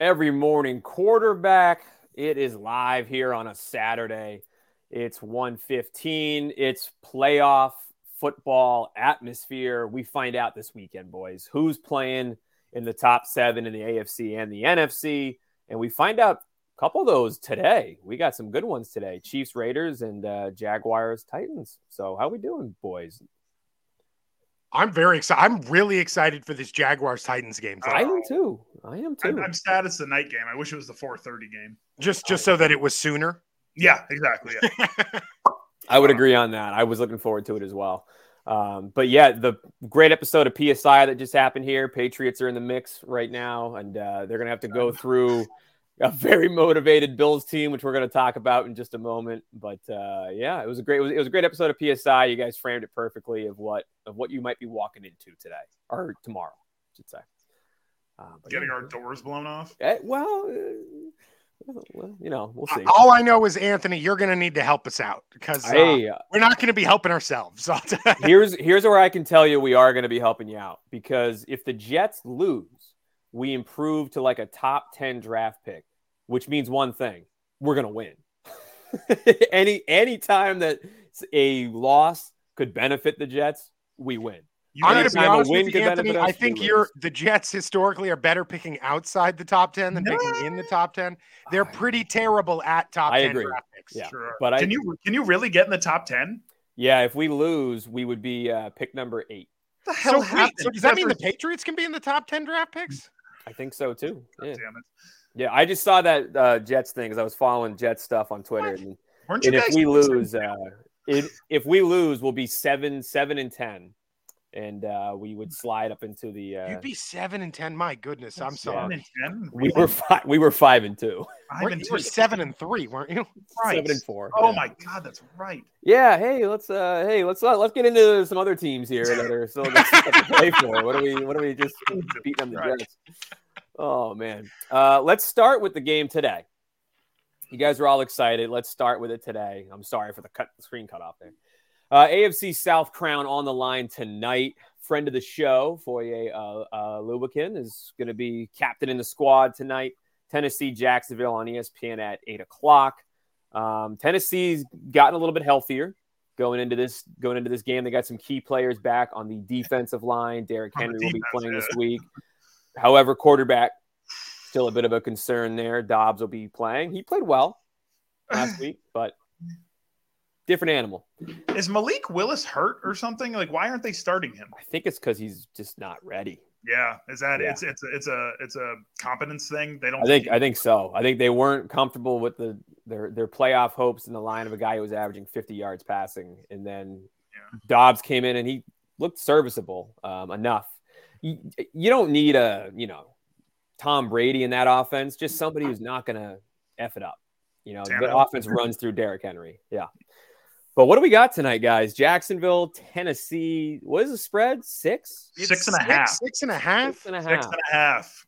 every morning quarterback. It is live here on a Saturday. It's 1:15. It's playoff football atmosphere. We find out this weekend, boys, who's playing in the top 7 in the AFC and the NFC, and we find out a couple of those today. We got some good ones today. Chiefs, Raiders and uh, Jaguars, Titans. So, how we doing, boys? I'm very excited. I'm really excited for this Jaguars Titans game. I am too. I am too. I'm, I'm sad it's the night game. I wish it was the 4:30 game. Just just so that it was sooner. Yeah, exactly. Yeah. I would agree on that. I was looking forward to it as well. Um, but yeah, the great episode of PSI that just happened here. Patriots are in the mix right now, and uh, they're going to have to go through a very motivated Bills team, which we're going to talk about in just a moment. But uh, yeah, it was a great it was, it was a great episode of PSI. You guys framed it perfectly of what of what you might be walking into today or tomorrow, I should say. Uh, but Getting yeah. our doors blown off. Eh, well, uh, well, you know, we'll see. All I know is Anthony, you're going to need to help us out because uh, Hey, uh, we're not going to be helping ourselves. I'll tell you. here's here's where I can tell you we are going to be helping you out because if the Jets lose, we improve to like a top 10 draft pick, which means one thing, we're going to win. any any time that a loss could benefit the Jets, we win. You I'm going to guys be Anytime a honest win with could you, benefit Anthony. us, I think we you're lose. the Jets historically are better picking outside the top ten than picking in the top ten. They're I- pretty terrible at top I ten agree. draft picks. Yeah. sure. but I- can you can you really get in the top ten? Yeah, if we lose, we would be uh, pick number 8. The hell So, wait, happened? so does that mean the Patriots can be in the top ten draft picks? I think so too. Yeah. Damn it! Yeah, I just saw that uh, Jets thing cuz I was following Jets stuff on Twitter What? and, Weren't you and guys? if we lose uh if, if we lose, we'll be 7 7 and 10 and uh, we would slide up into the uh, You'd be seven and ten. My goodness, I'm seven sorry. and ten? we were five, we were 5 and 2. Five Weren't- and You two. were seven and three, weren't you? Christ. seven and four. Oh yeah. my god, that's right. Yeah. Hey, let's uh, hey, let's uh, let's get into some other teams here that are still got stuff to play for. What are we? What are we just beating on the Right. Jets? Oh man. Uh, let's start with the game today. You guys are all excited. Let's start with it today. I'm sorry for the cut screen cut off there. Uh, AFC South crown on the line tonight. Friend of the show, Foye uh, uh, Lubikin is going to be captain in the squad tonight. Tennessee Jacksonville on E ESPN at eight o'clock. Um, Tennessee's gotten a little bit healthier going into this going into this game. They got some key players back on the defensive line. Derrick On the Henry will be defense, playing this yeah. week. However, quarterback still a bit of a concern there. Dobbs will be playing. He played well last week, but different animal. Is Malik Willis hurt or something? Like, why aren't they starting him? I think it's because he's just not ready. Yeah, is that Yeah. it's it's a, it's a it's a competence thing? They don't. I think I think so. I think they weren't comfortable with the their their playoff hopes in the line of a guy who was averaging 50 yards passing, and then Yeah. Dobbs came in and he looked serviceable um, enough. You, you don't need a you know Tom Brady in that offense, just somebody who's not gonna f it up. You know, the Tannehill. offense runs through Derrick Henry. Yeah. But what do we got tonight, guys? Jacksonville, Tennessee. What is the spread? Six? It's Six and a six, half. Six and a half. Six and a half. six and a half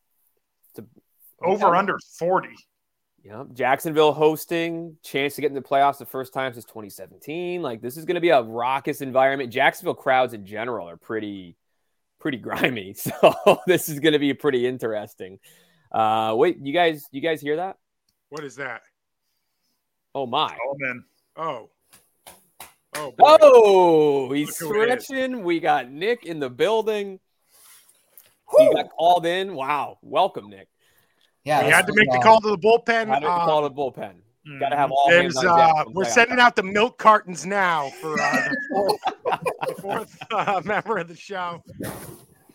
over Yeah. under forty. Yeah, Jacksonville hosting, chance to get in the playoffs the first time since 2017. Like this is going to be a raucous environment. Jacksonville crowds in general are pretty, pretty grimy. So this is going to be pretty interesting. Uh, wait, you guys, you guys hear that? What is that? Oh my! Oh man, Oh. Oh. boy. Oh, he's Look who it is. stretching. We got Nick in the building. He got called in. Wow, welcome Nick. Yeah, We that's had to what, make the uh, call to the bullpen. Got to Uh, call the bullpen. Mm. Got to have all there's, hands on deck uh, when we're playoff sending out the milk cartons now for uh, the fourth, the fourth uh, member of the show.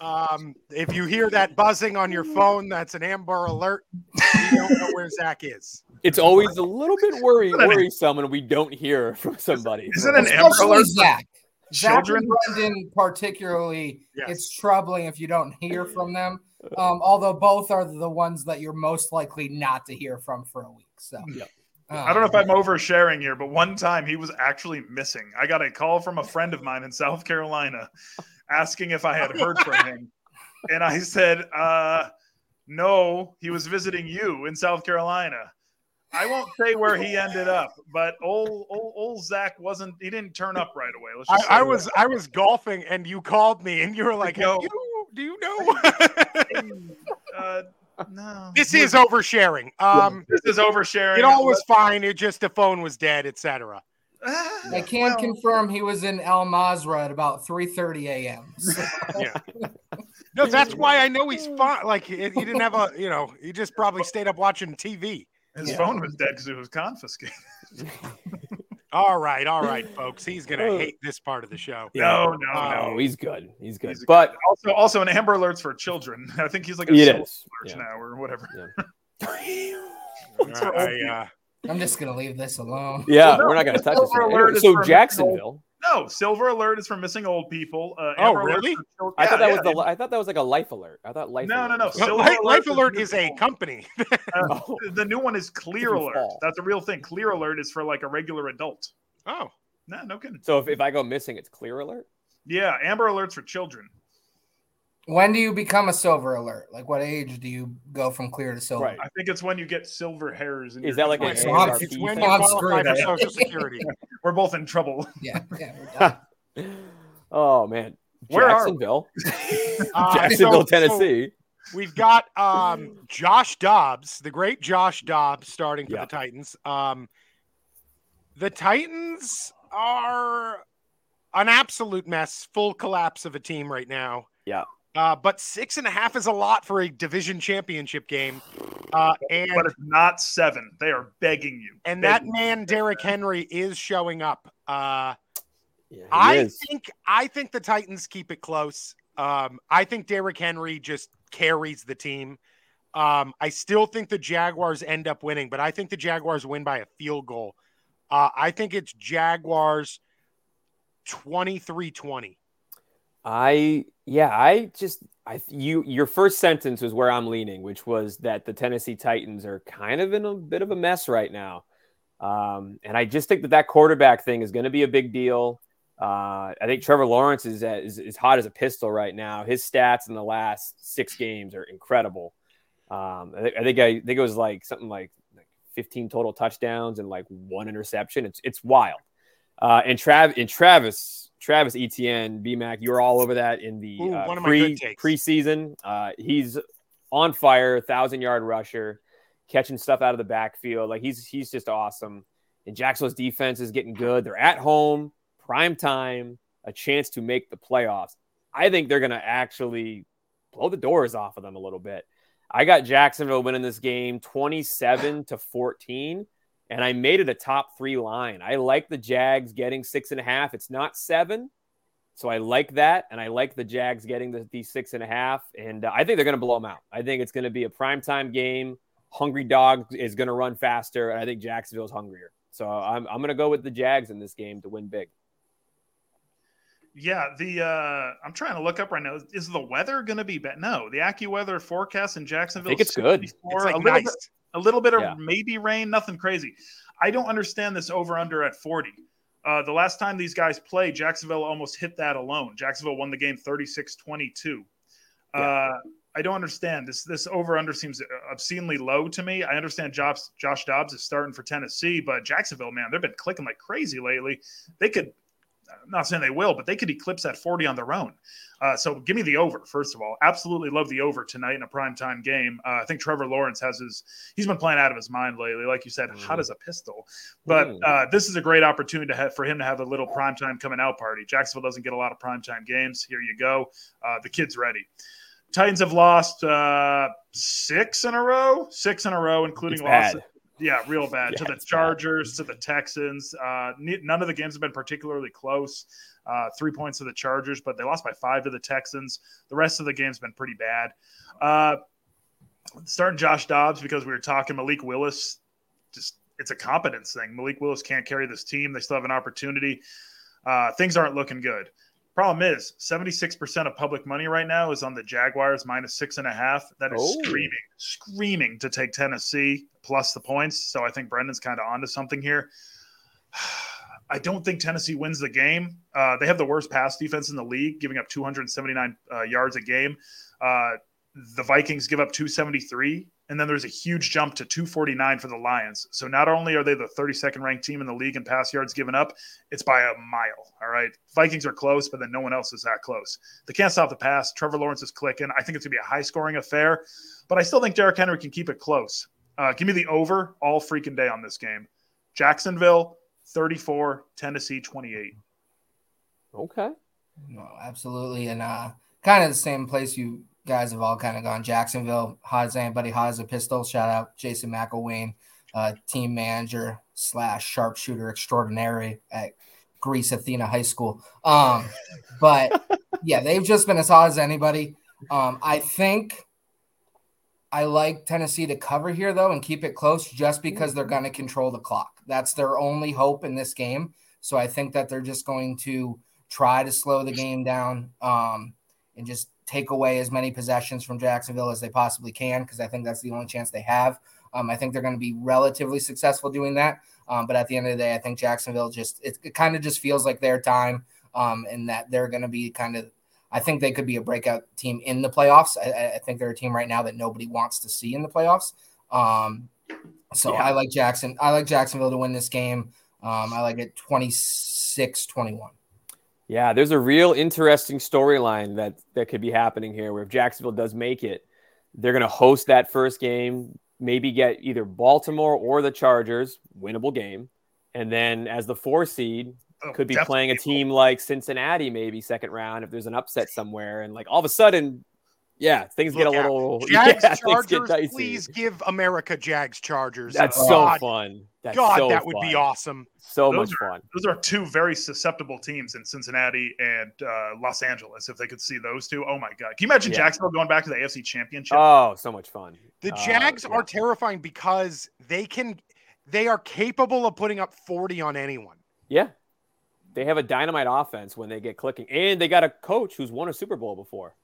Um, if you hear that buzzing on your phone, that's an Amber Alert. We don't know where Zach is. It's always a little bit worry, Isn't it- worries when we don't hear from somebody. isn't it an Amber especially Alert? Zach. Zach Children? and Brendan, particularly, Yes. it's troubling if you don't hear from them. Um, although both are the ones that you're most likely not to hear from for a week. So Uh, Yeah. I don't know if I'm oversharing here, but one time he was actually missing. I got a call from a friend of mine in South Carolina asking if I had heard from him. And I said, uh, no, he was visiting you in South Carolina. I won't say where he ended up, but old, old, old Zach wasn't, he didn't turn up right away. Let's just say I, I that. was I was golfing and you called me and you were like, No. "Have you- do you know? uh, No. This is oversharing. Um, this is oversharing. it all was fine. It just the phone was dead, etc. Ah, I can well, confirm he was in El Mazra at about 3:30 a.m. So, No, that's why I know he's fine. Like he, he didn't have a, you know, he just probably stayed up watching TV. his Yeah. phone was dead because it was confiscated. All right, all right, folks. He's gonna hate this part of the show. No, no, Oh, no. he's good. He's good. He's a- but Also, also an Amber Alerts for children. I think he's like a it civil is. search now or whatever. All right, I, uh, I'm just gonna leave this alone. Yeah, no, we're not going to touch Silver this. one. Alert is for So missing Jacksonville. No, Silver Alert is for missing old people. Uh, Oh, Amber Alert's really? for children- I thought Yeah, that was yeah. the. I thought that was like a life alert. I thought life. No, alert no, no. was- Silver Life, Life Alert Alert is is a company. Oh, The new one is Clear If you Alert. fall. That's a real thing. Clear Alert is for like a regular adult. Oh, No, no kidding. So if, if I go missing, it's clear alert. Yeah, Amber Alerts for children. When do you become a silver alert? Like, what age do you go from clear to silver? Right. I think it's when you get silver hairs. in Is your- that like a it's, Hey, when- AARP it's when you thing. I'm qualify screwed. for Social Security. We're both in trouble. Yeah, yeah. we're done. Oh man, Where are we? Jacksonville, Uh, Jacksonville, so- so Tennessee. we've got um, Josh Dobbs, the great Josh Dobbs, starting for Yeah. the Titans. Um, the Titans are an absolute mess, full collapse of a team right now. Yeah. Uh, but six and a half is a lot for a division championship game. Uh, and but it's not seven. They are begging you. and that Begging you. man Derrick Henry is showing up. Uh, Yeah, he I is. think I think the Titans keep it close. Um, I think Derrick Henry just carries the team. Um, I still think the Jaguars end up winning, but I think the Jaguars win by a field goal. Uh, I think it's Jaguars 23-20. I yeah, I just I you your first sentence was where I'm leaning, which was that the Tennessee Titans are kind of in a bit of a mess right now, um, and I just think that that quarterback thing is going to be a big deal. Uh, I think Trevor Lawrence is, at, is is hot as a pistol right now. His stats in the last six games are incredible. Um, I, thi- I think I, think it was like something like, like 15 total touchdowns and like one interception. It's it's wild. Uh, and Trav and Travis Travis Etienne BMAC, you were all over that in the Ooh, uh, one of my pre good takes. preseason. Uh, he's on fire, thousand yard rusher, catching stuff out of the backfield. Like he's he's just awesome. And Jacksonville's defense is getting good. They're at home, prime time, a chance to make the playoffs. I think they're going to actually blow the doors off of them a little bit. I got Jacksonville winning this game 27 to 14, and I made it a top three line. I like the Jags getting six and a half. It's not seven. So I like that, and I like the Jags getting the, the six and a half, and uh, I think they're going to blow them out. I think it's going to be a primetime game. Hungry dog is going to run faster, and I think Jacksonville's hungrier. So I'm, I'm going to go with the Jags in this game to win big. Yeah, the uh, I'm trying to look up right now. Is- Is the weather going to be bad? No, the AccuWeather forecast in Jacksonville. think is it's good. 64, It's a like little nice. bit- a little bit of Yeah. maybe rain, nothing crazy. I don't understand this over under at 40. Uh, the last time these guys played, Jacksonville almost hit that alone. Jacksonville won the game 36 22. Uh, I don't understand this. This over under seems obscenely low to me. I understand Josh, Josh Dobbs is starting for Tennessee, but Jacksonville, man, they've been clicking like crazy lately. They could, I'm not saying they will, but they could eclipse that 40 on their own. Uh, so give me the over, first of all. Absolutely love the over tonight in a primetime game. Uh, I think Trevor Lawrence has his, he's been playing out of his mind lately. Like you said, hot Mhm. as a pistol. But Mhm. uh, this is a great opportunity to have, for him to have a little primetime coming out party. Jacksonville doesn't get a lot of primetime games. Here you go. Uh, the kid's ready. Titans have lost uh, six in a row, six in a row, including It's losses. bad. Yeah, real bad. Yeah, to the it's bad. Chargers, to the Texans. Uh, ne- none of the games have been particularly close. Uh, three points to the Chargers, but they lost by five to the Texans. The rest of the game's been pretty bad. Uh, starting Josh Dobbs because we were talking Malik Willis. Just it's a competence thing. Malik Willis can't carry this team. They still have an opportunity. Uh, things aren't looking good. Problem is, seventy-six percent of public money right now is on the Jaguars minus six and a half. That is Oh. screaming, screaming to take Tennessee plus the points. So I think Brendan's kind of onto something here. I don't think Tennessee wins the game. Uh, they have the worst pass defense in the league, giving up 279 uh, yards a game. Uh, the Vikings give up 273. And then there's a huge jump to 249 for the Lions. So not only are they the 32nd ranked team in the league in pass yards given up, it's by a mile. All right. Vikings are close, but then no one else is that close. They can't stop the pass. Trevor Lawrence is clicking. I think it's going to be a high scoring affair, but I still think Derrick Henry can keep it close. Uh, give me the over all freaking day on this game. Jacksonville 34, Tennessee 28. Okay. No, absolutely. And uh, kind of the same place you guys have all kind of gone. Jacksonville, hot as anybody, hot as a pistol. Shout out Jason McElwain, uh, team manager slash sharpshooter extraordinary at Greece Athena High School. Um, but yeah, they've just been as hot as anybody. Um, I think I like Tennessee to cover here though and keep it close just because they're going to control the clock. That's their only hope in this game. So I think that they're just going to try to slow the game down um, and just take away as many possessions from Jacksonville as they possibly can because I think that's the only chance they have. Um, I think they're going to be relatively successful doing that. Um, but at the end of the day, I think Jacksonville just it, it kind of just feels like their time um, and that they're going to be kind of. I think they could be a breakout team in the playoffs. I- I, I think they're a team right now that nobody wants to see in the playoffs. Um, so I like Jackson. I like Jacksonville to win this game. Um, I like it 26 21. Yeah, there's a real interesting storyline that that could be happening here where if Jacksonville does make it, they're going to host that first game, maybe get either Baltimore or the Chargers, winnable game. And then as the 4 seed, Oh, could be definitely playing a team like Cincinnati maybe second round if there's an upset somewhere and like all of a sudden yeah, things get a Look out. little yeah, things Jags get Chargers, dicey. please give America Jags Chargers. That's Oh, so God, fun. That's God, so that would be fun. awesome. So Those much fun. Those are two very susceptible teams in Cincinnati and uh, Los Angeles. If they could see those two, oh my God. Can you imagine Yeah. Jacksonville going back to the AFC Championship? Oh, so much fun. The Uh, Jags yeah. are terrifying because they can they are capable of putting up 40 on anyone. Yeah. They have a dynamite offense when they get clicking. And they got a coach who's won a Super Bowl before.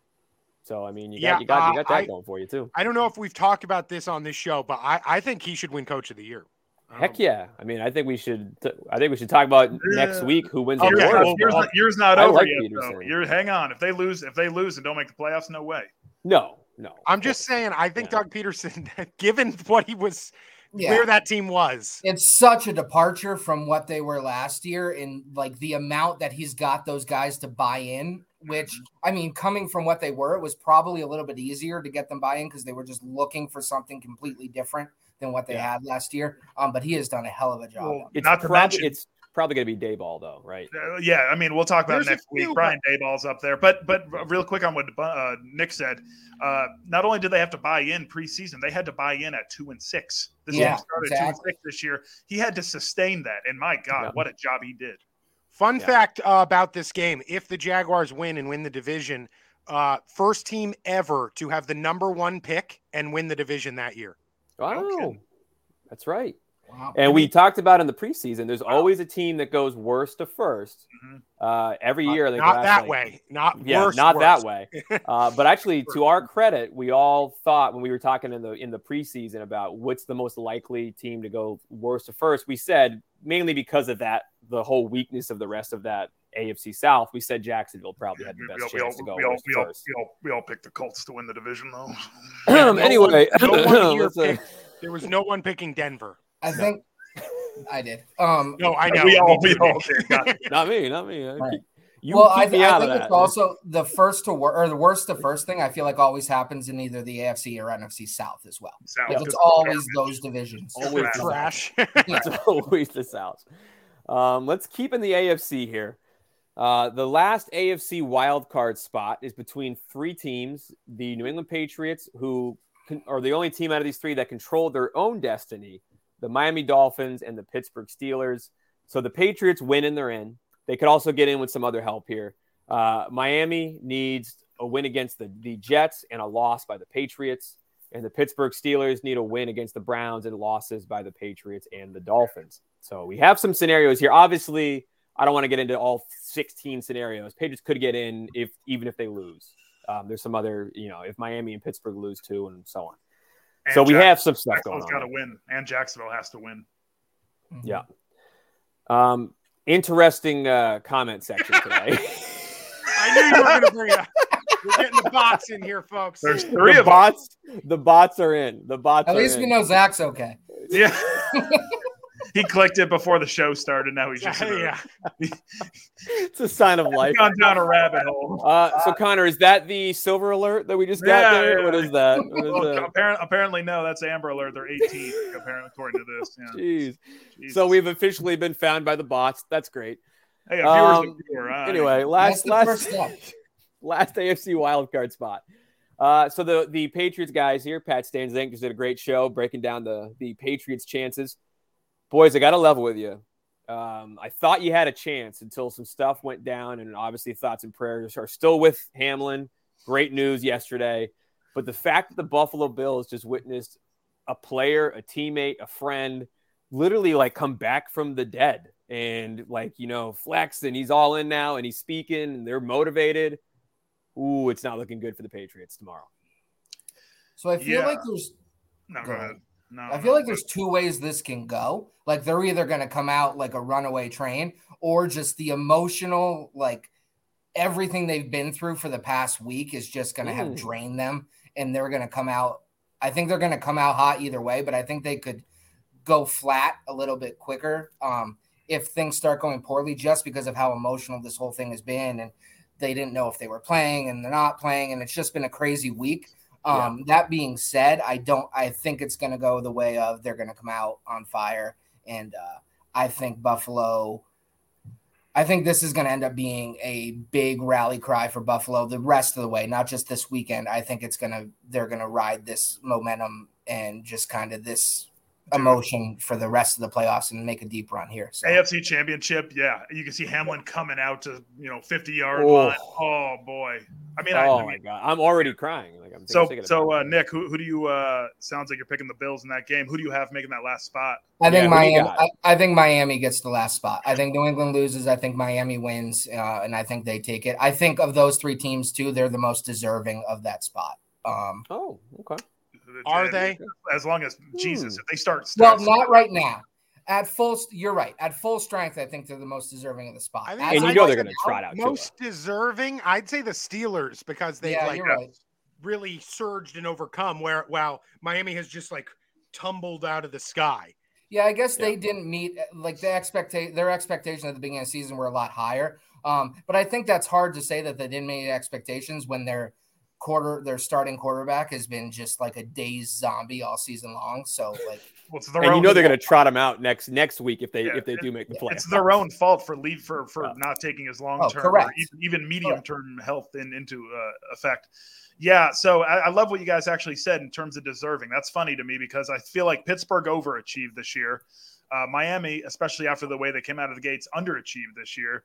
So I mean you got Yeah, you got you uh, got that I- going for you too. I don't know if we've talked about this on this show, but I, I think he should win coach of the year. I Heck don't- yeah. I mean I think we should t- I think we should talk about next Yeah. week who wins Okay, the Yours- award. well, yours, well, yours not Uh, I over like yet, Peterson. though. You're, hang on. If they lose, if they lose and don't make the playoffs, no way. No, no. I'm just saying, I think Yeah. Doug Peterson, given what he was, Yeah. where that team was, It's such a departure from what they were last year and like the amount that he's got those guys to buy in, which I mean, coming from what they were, it was probably a little bit easier to get them buy in because they were just looking for something completely different than what they Yeah. had last year. Um, but he has done a hell of a job. Well, It's Not to probably mention- it's probably gonna be Dayball though, right? Uh, yeah, I mean, we'll talk about it There's a next week. few, Brian Dayball's up there, but but real quick on what uh, Nick said. Uh, not only did they have to buy in preseason, they had to buy in at two and six. This Yeah, team started two and exactly. six this year. He had to sustain that, and my God, Yeah. what a job he did! Fun Yeah. fact uh, about this game: if the Jaguars win and win the division, uh, first team ever to have the number one pick and win the division that year. Oh, kidding. that's right. Wow. And we talked about in the preseason. There's always a team that goes worst to 1st Mhm. Uh, every Uh, year, I think the not last, that like, way. Not yeah, worse, not worse. that way. Uh, but actually, to our credit, we all thought when we were talking in the in the preseason about what's the most likely team to go worst to first, we said mainly because of that the whole weakness of the rest of that AFC South. We said Jacksonville probably had the We- best we all- chance to go we all- worst we to all- first. we all- we all picked the Colts to win the division, though. Yeah, no anyway, one- no one here let's, uh, picked- there was no one picking Denver. I think I did. Um, No, I know. we all, Me we too. all did. God not me, not me. Right. Keep- You well, keep I, me I out think of it's that. also the first to wor- or the worst to first thing. I feel like always happens in either the AFC or NFC South as well. South Like is it's garbage. always those divisions. Always Trash. the Trash. It's always the South. Um, let's keep in the AFC here. Uh, the last AFC wild card spot is between three teams: the New England Patriots, who con- are the only team out of these three that controlled their own destiny, the Miami Dolphins, and the Pittsburgh Steelers. So the Patriots win and they're in. They could also get in with some other help here. Uh, Miami needs a win against the, the Jets and a loss by the Patriots. And the Pittsburgh Steelers need a win against the Browns and losses by the Patriots and the Dolphins. So we have some scenarios here. Obviously, I don't want to get into all 16 scenarios. Patriots could get in if even if they lose. Um, there's some other, you know, if Miami and Pittsburgh lose too, and so on. And so we Jack- have some stuff going Jacksonville's got to on. win, and Jacksonville has to win. Mm-hmm. Yeah. Um, interesting uh, comment section today. I knew you were going to bring it up. We're getting the bots in here, folks. There's three the of them. bots, the bots are in. The bots. At are least in. we know Zach's okay. Yeah. he clicked it before the show started. Now he's just yeah. it's a sign of life. gone down a rabbit hole. Uh, so Connor, is that the silver alert that we just got Yeah, there? yeah. Oh, What is that? What is Well, that? apparent, apparently, no. That's Amber Alert. They're 18, apparently, according to this. Yeah. Jeez. Jesus. So we've officially been found by the bots. That's great. hey, a viewer's um, a viewer. Uh, I- Anyway, That's last the last first step. last AFC wildcard spot. Uh, so the the Patriots guys here, Pat Stanzink, just did a great show breaking down the the Patriots' chances. Boys, I got to level with you. Um, I thought you had a chance until some stuff went down, and obviously thoughts and prayers are still with Hamlin. Great news yesterday, but the fact that the Buffalo Bills just witnessed a player, a teammate, a friend, literally like come back from the dead and like you know flex, and he's all in now, and he's speaking, and they're motivated ooh, it's not looking good for the Patriots tomorrow. So I feel Yeah. like there's No, go ahead. No, I no, feel like no. there's two ways this can go. Like they're either going to come out like a runaway train or just the emotional like everything they've been through for the past week is just going to have Ooh. drained them and they're going to come out I think they're going to come out hot either way, but I think they could go flat a little bit quicker um if things start going poorly just because of how emotional this whole thing has been and they didn't know if they were playing and they're not playing and it's just been a crazy week um, That being said, I don't. I think it's going to go the way of they're going to come out on fire, and uh, I think Buffalo. I think this is going to end up being a big rally cry for Buffalo the rest of the way, not just this weekend. I think it's going to they're going to ride this momentum and just kind of this emotion for the rest of the playoffs and make a deep run here. So AFC Championship, yeah, you can see Hamlin coming out to you know fifty yard Oh. line. Oh boy, I mean, I, oh I my mean, god, I'm already crying. Like I'm so thinking about so it. uh, Nick, who, who do you? uh Sounds like you're picking the Bills in that game. Who do you have making that last spot? I think Yeah, who do you Miami. got? I, I think Miami gets the last spot. I think New England loses. I think Miami wins, uh, and I think they take it. I think of those three teams too, they're the most deserving of that spot. Um, oh okay, Are And they? As long as Jesus, Hmm. if they start, well, start not right now. At full, st- you're right. At full strength, I think they're the most deserving of the spot. I think As and of you I'd know right they're like gonna now- trot out Tua. Most deserving, I'd say the Steelers because they yeah, like you're right. really surged and overcome. Where wow, Miami has just like tumbled out of the sky. Yeah, I guess Yeah. they didn't meet eh, like the expectation. Their expectation at the beginning of the season were a lot higher. Um, but I think that's hard to say that they didn't meet expectations when their quarter, their starting quarterback has been just like a dazed zombie all season long. So like, well, it's their and you own know they're fault. gonna trot him out next next week if they Yeah, if they do make the play. It's their own fault for leave for for Yeah. not taking his long term, Oh, correct. even, even medium term health in, into uh, effect. Yeah, so I, I love what you guys actually said in terms of deserving. That's funny to me because I feel like Pittsburgh overachieved this year. Uh, Miami, especially after the way they came out of the gates, underachieved this year.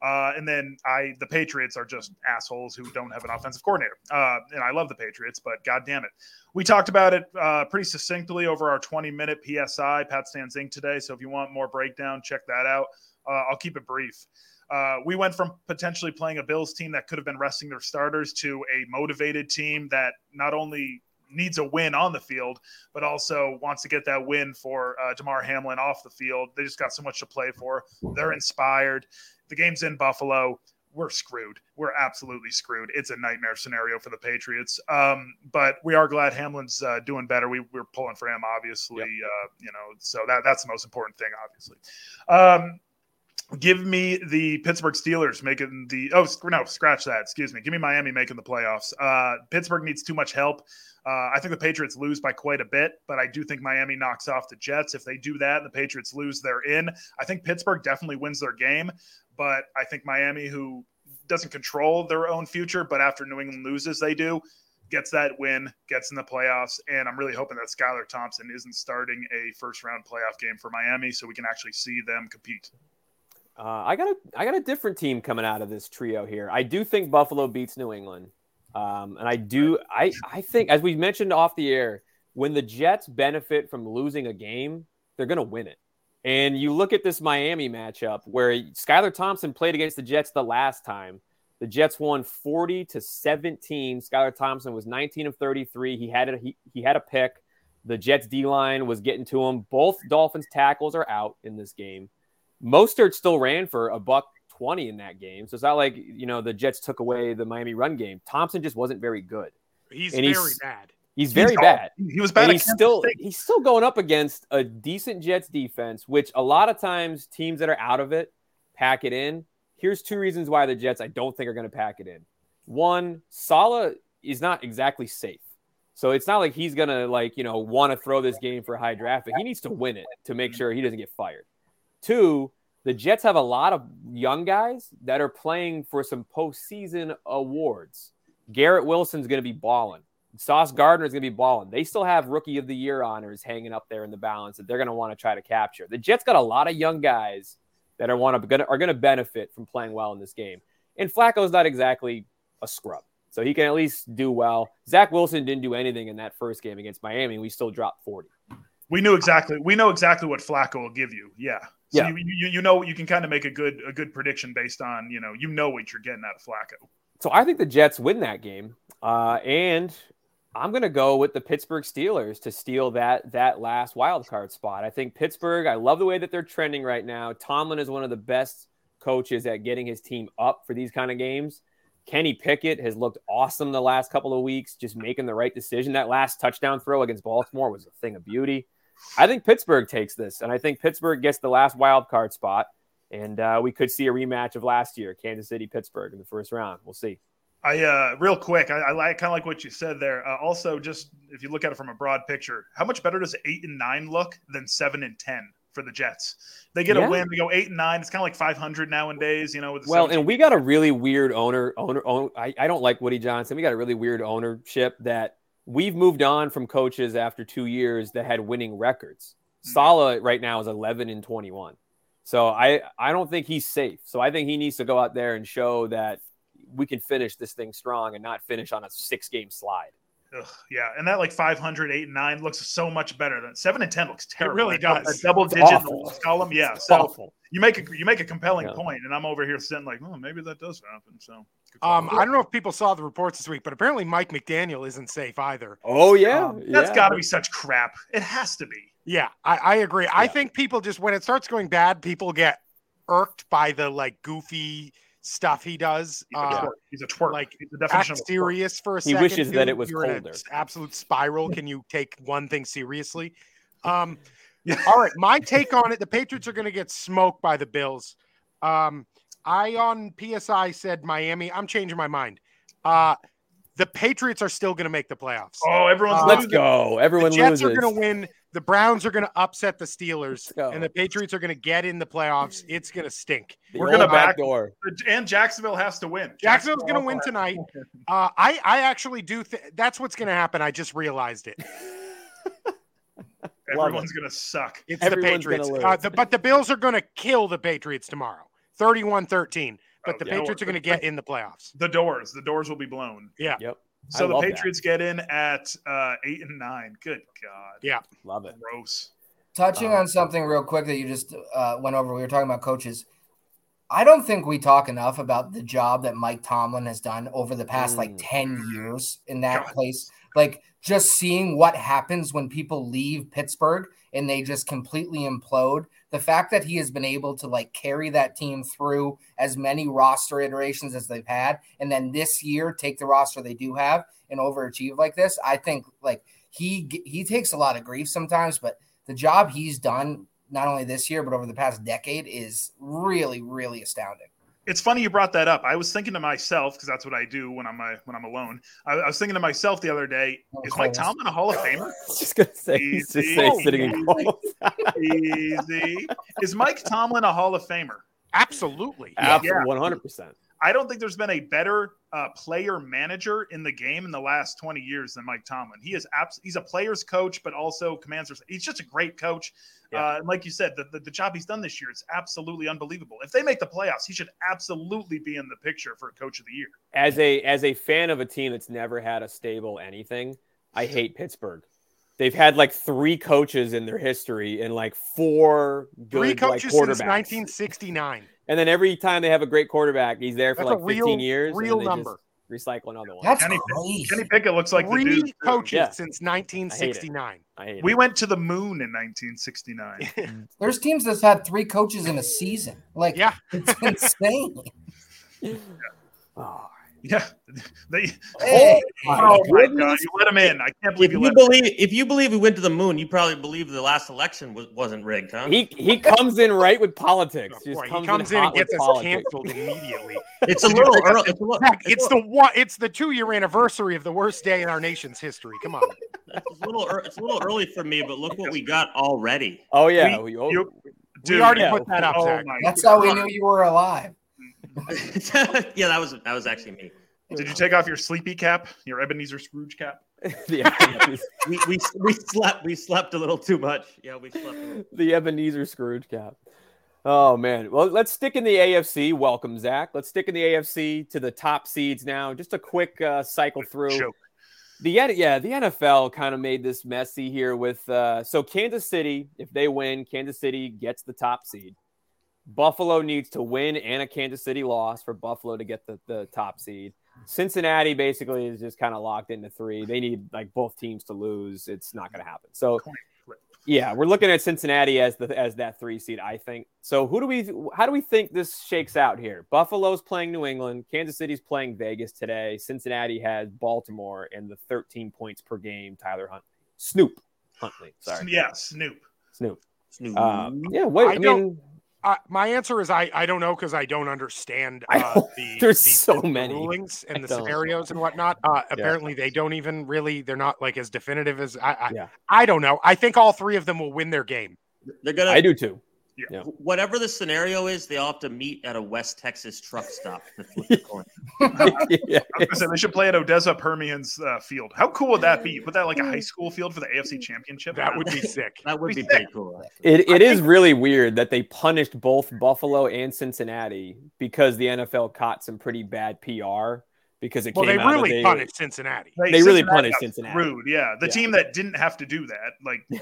Uh, and then I, the Patriots are just assholes who don't have an offensive coordinator. Uh, and I love the Patriots, but god damn it, we talked about it uh, pretty succinctly over our 20-minute PSI Pat Stans Inc. today. So if you want more breakdown, check that out. Uh, I'll keep it brief. Uh, we went from potentially playing a Bills team that could have been resting their starters to a motivated team that not only needs a win on the field, but also wants to get that win for uh, Damar Hamlin off the field. They just got so much to play for. They're inspired. The game's in Buffalo. We're screwed. We're absolutely screwed. It's a nightmare scenario for the Patriots. Um, but we are glad Hamlin's uh, doing better. We, we're pulling for him, obviously. Uh, you know, so that that's the most important thing, obviously. Um, give me the Pittsburgh Steelers making the oh sc- no scratch that excuse me give me Miami making the playoffs. Uh, Pittsburgh needs too much help. Uh, I think the Patriots lose by quite a bit, but I do think Miami knocks off the Jets. If they do that and the Patriots lose, they're in. I think Pittsburgh definitely wins their game, but I think Miami, who doesn't control their own future, but after New England loses, they do, gets that win, gets in the playoffs. And I'm really hoping that Skylar Thompson isn't starting a first round playoff game for Miami so we can actually see them compete. Uh, I got a I got a different team coming out of this trio here. I do think Buffalo beats New England, um, and I do I I think as we mentioned off the air, when the Jets benefit from losing a game, they're going to win it. And you look at this Miami matchup where Skylar Thompson played against the Jets the last time. The Jets won forty to seventeen. Skylar Thompson was nineteen of thirty three. He had a, he, he had a pick. The Jets D line was getting to him. Both Dolphins tackles are out in this game. Mostert still ran for a buck 20 in that game. So it's not like, you know, the Jets took away the Miami run game. Thompson just wasn't very good. He's And very he's- bad. He's very He's all- bad. He was bad. And at he's Kansas still State. he's still going up against a decent Jets defense, which a lot of times teams that are out of it pack it in. Here's two reasons why the Jets I don't think are going to pack it in. One, Sala is not exactly safe, so it's not like he's going to like you know want to throw this game for a high draft. But he needs to win it to make sure he doesn't get fired. Two, the Jets have a lot of young guys that are playing for some postseason awards. Garrett Wilson's going to be balling. Sauce Gardner is going to be balling. They still have rookie of the year honors hanging up there in the balance that they're going to want to try to capture. The Jets got a lot of young guys that are want to are going to benefit from playing well in this game. And Flacco's not exactly a scrub, so he can at least do well. Zach Wilson didn't do anything in that first game against Miami. We still dropped forty. We knew exactly. We know exactly what Flacco will give you. Yeah. So Yeah. You, you, you know you can kind of make a good a good prediction based on you know you know what you're getting out of Flacco. So I think the Jets win that game, uh, and I'm going to go with the Pittsburgh Steelers to steal that that last wild card spot. I think Pittsburgh. I love the way that they're trending right now. Tomlin is one of the best coaches at getting his team up for these kind of games. Kenny Pickett has looked awesome the last couple of weeks, just making the right decision. That last touchdown throw against Baltimore was a thing of beauty. I think Pittsburgh takes this, and I think Pittsburgh gets the last wild card spot. And uh, we could see a rematch of last year, Kansas City Pittsburgh in the first round. We'll see. I uh, real quick, I, I like kind of like what you said there. Uh, also, just if you look at it from a broad picture, how much better does eight and nine look than seven and ten for the Jets? They get Yeah. a win, they go eight and nine. It's kind of like five hundred nowadays, you know. With the Well, 17 and we got a really weird owner. Owner, own, I, I don't like Woody Johnson. We got a really weird ownership that we've moved on from coaches after two years that had winning records. Mhm. Sala right now is 11 and 21. So I, I don't think he's safe. So I think he needs to go out there and show that we can finish this thing strong and not finish on a six game slide. Ugh, yeah, and that like 500, 8 and 9 looks so much better than 7 and 10 looks terrible. really That does. double It's digit in the awful. last column. Yeah. It's So awful. you make a you make a compelling Yeah. point, and I'm over here sitting like, oh, maybe that does happen. So good call. Um, I don't know if people saw the reports this week, but apparently Mike McDaniel isn't safe either. Oh, yeah. Um, that's got to be such crap. It has to be. Yeah, I, I agree. I Yeah. think people just when it starts going bad, people get irked by the like goofy stuff he does. He's a Uh, twerp. He's a twerp. like, He's the act definition of a twerp. serious for a He second. wishes that dude. it was You're in a colder. s- absolute spiral. Can you take one thing seriously? Um, Yeah. all right, my take on it: the Patriots are going to get smoked by the Bills. Um, I on PSI said Miami. I'm changing my mind. Uh, the Patriots are still going to make the playoffs. Oh, everyone's Uh, Let's losing. go. the Everyone Jets loses. are going to win. The Browns are going to upset the Steelers, Let's go. and the Patriots are going to get in the playoffs. It's going to stink. The we're gonna old back back- door. And Jacksonville has to win. Jacksonville's going to has win tonight. Uh, I I actually do. Th- that's what's going to happen. I just realized it. Love it. Everyone's going to suck. It's the Everyone's gonna Patriots. lose. Uh, the, but the Bills are going to kill the Patriots tomorrow, 31-13. But Oh, the yeah. Patriots are going to get in the playoffs. The doors. The doors will be blown. Yep. So the love that. Patriots get in at uh, eight and nine. Good God. Love it. Gross. Touching Um, on something real quick that you just uh, went over, we were talking about coaches. I don't think we talk enough about the job that Mike Tomlin has done over the past like Mm. 10 years in that God. place. Like just seeing what happens when people leave Pittsburgh and they just completely implode. The fact that he has been able to like carry that team through as many roster iterations as they've had, and then this year take the roster they do have and overachieve like this, I think like he g- he takes a lot of grief sometimes, but the job he's done not only this year but over the past decade is really really astounding It's funny you brought that up. I was thinking to myself because that's what I do when I'm uh, when I'm alone. I, I was thinking to myself the other day, Oh, is Mike Coles. Tomlin a Hall of Famer? I was just gonna say he's just Easy. saying sitting in Easy. cold. Easy. Is Mike Tomlin a Hall of Famer? Absolutely. Absolutely, one hundred percent. I don't think there's been a better uh, player manager in the game in the last 20 years than Mike Tomlin. He is abs- he's a player's coach, but also commands. res- He's just a great coach. Yeah. Uh, and like you said, the, the, the job he's done this year is absolutely unbelievable. If they make the playoffs, he should absolutely be in the picture for coach of the year. As a as a fan of a team that's never had a stable anything, I hate Pittsburgh. They've had like three coaches in their history and like four good Three like, coaches quarterbacks. since 1969. and then every time they have a great quarterback, he's there for That's like a fifteen real years. and real they just- number. recycle another one. That's Kenny- crazy. Kenny Pickett looks like the Three dude. coaches Yeah. since 1969. I hate We it. went to the moon in 1969. There's teams that's had three coaches in a season. Like, Yeah. it's insane. Oh, yeah. They, Hey, oh my goodness. God. You let him in. I can't believe If you you let him believe, if you believe we went to the moon, you probably believe the last election was, wasn't rigged, huh? he he comes in right with politics. Oh, Just boy, comes he comes in, hot and with gets us politics. canceled immediately. it's a little early. It's, a little, Zach, it's, it's a the one. It's the two-year anniversary of the worst day in our nation's history. Come on. little- it's a little, ear- it's a little early for me, but look what we got already. Oh yeah, We- we- oh, you- we already yeah. put that up, Oh Zach. my That's how God. we knew you were alive. yeah, that was that was actually me. Did you take off your sleepy cap, your Ebenezer Scrooge cap? the, Ebenezer, We, we, we slept we slept a little too much. Yeah, we slept. A little. the Ebenezer Scrooge cap. Oh man. Well, let's stick in the AFC. Welcome, Zach. Let's stick in the AFC to the top seeds now. Just a quick uh, cycle through. Joke. The N- yeah, the NFL kind of made this messy here with uh, so Kansas City. If they win, Kansas City gets the top seed. Buffalo needs to win and a Kansas City loss for Buffalo to get the, the top seed. Cincinnati basically is just kind of locked into three. They need like both teams to lose. It's not going to happen. So Coin flip. yeah, we're looking at Cincinnati as the as that three seed. I think. So who do we? How do we think this shakes out here? Buffalo's playing New England. Kansas City's playing Vegas today. Cincinnati has Baltimore and the 13 points per game. Tyler Hunt, Snoop Huntley. Sorry, Yeah, Snoop. Snoop. Snoo- Uh, yeah, wait. I, I don't- mean, Uh, my answer is I, I don't know because I don't understand I uh, don't- the, there's the- so the many. rulings and I the don't. scenarios and whatnot. Uh, apparently they don't even really they're not like as definitive as I I, Yeah. I don't know. I think all three of them will win their game. They're gonna I do too. whatever the scenario is. They all have to meet at a West Texas truck stop to flip the coin. yeah, I was gonna say they should play at Odessa Permian's uh, field. How cool would that be? You put that like a high school field for the AFC Championship. That would be sick. That would be Sick. pretty cool. It, I it is really weird that they punished both Buffalo and Cincinnati because the NFL caught some pretty bad PR because it Well, they came out that really they- punished Cincinnati. Like, They really Cincinnati punished got Cincinnati. Rude, yeah. The Yeah. team that didn't have to do that, like,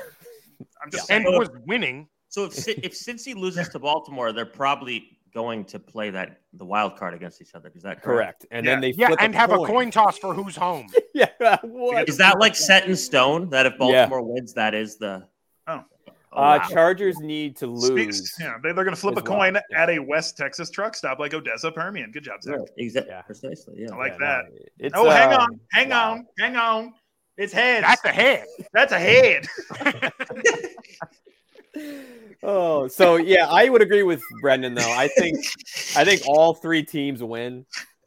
I'm just And saying. was winning. So if Ci- if Cincy loses to Baltimore, they're probably going to play that the wild card against each other. Is that correct? Correct, and Yeah. then they Yeah, flip and have a coin toss for who's home. yeah, what? Is that like set in stone that if Yeah. Baltimore wins, that is the Oh. Uh, wow. Chargers need to Spe- lose. Yeah, they, they're going to flip a as well, coin yeah. at a West Texas truck stop like Odessa Permian. Good job, Zach. Right, exa- Yeah. Precisely. Yeah. I like Yeah, that. no, it's, Oh, hang uh, on, hang wow. on, hang on. It's head. That's a head. That's a head. Oh, so yeah, I would agree with Brendan though. I think I think all three teams win.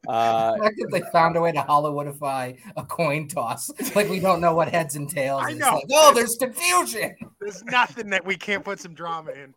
Uh, The fact that they found a way to Hollywoodify a coin toss. Like we don't know what heads and tails. I is. know. Like, oh, there's confusion. There's nothing that we can't put some drama in.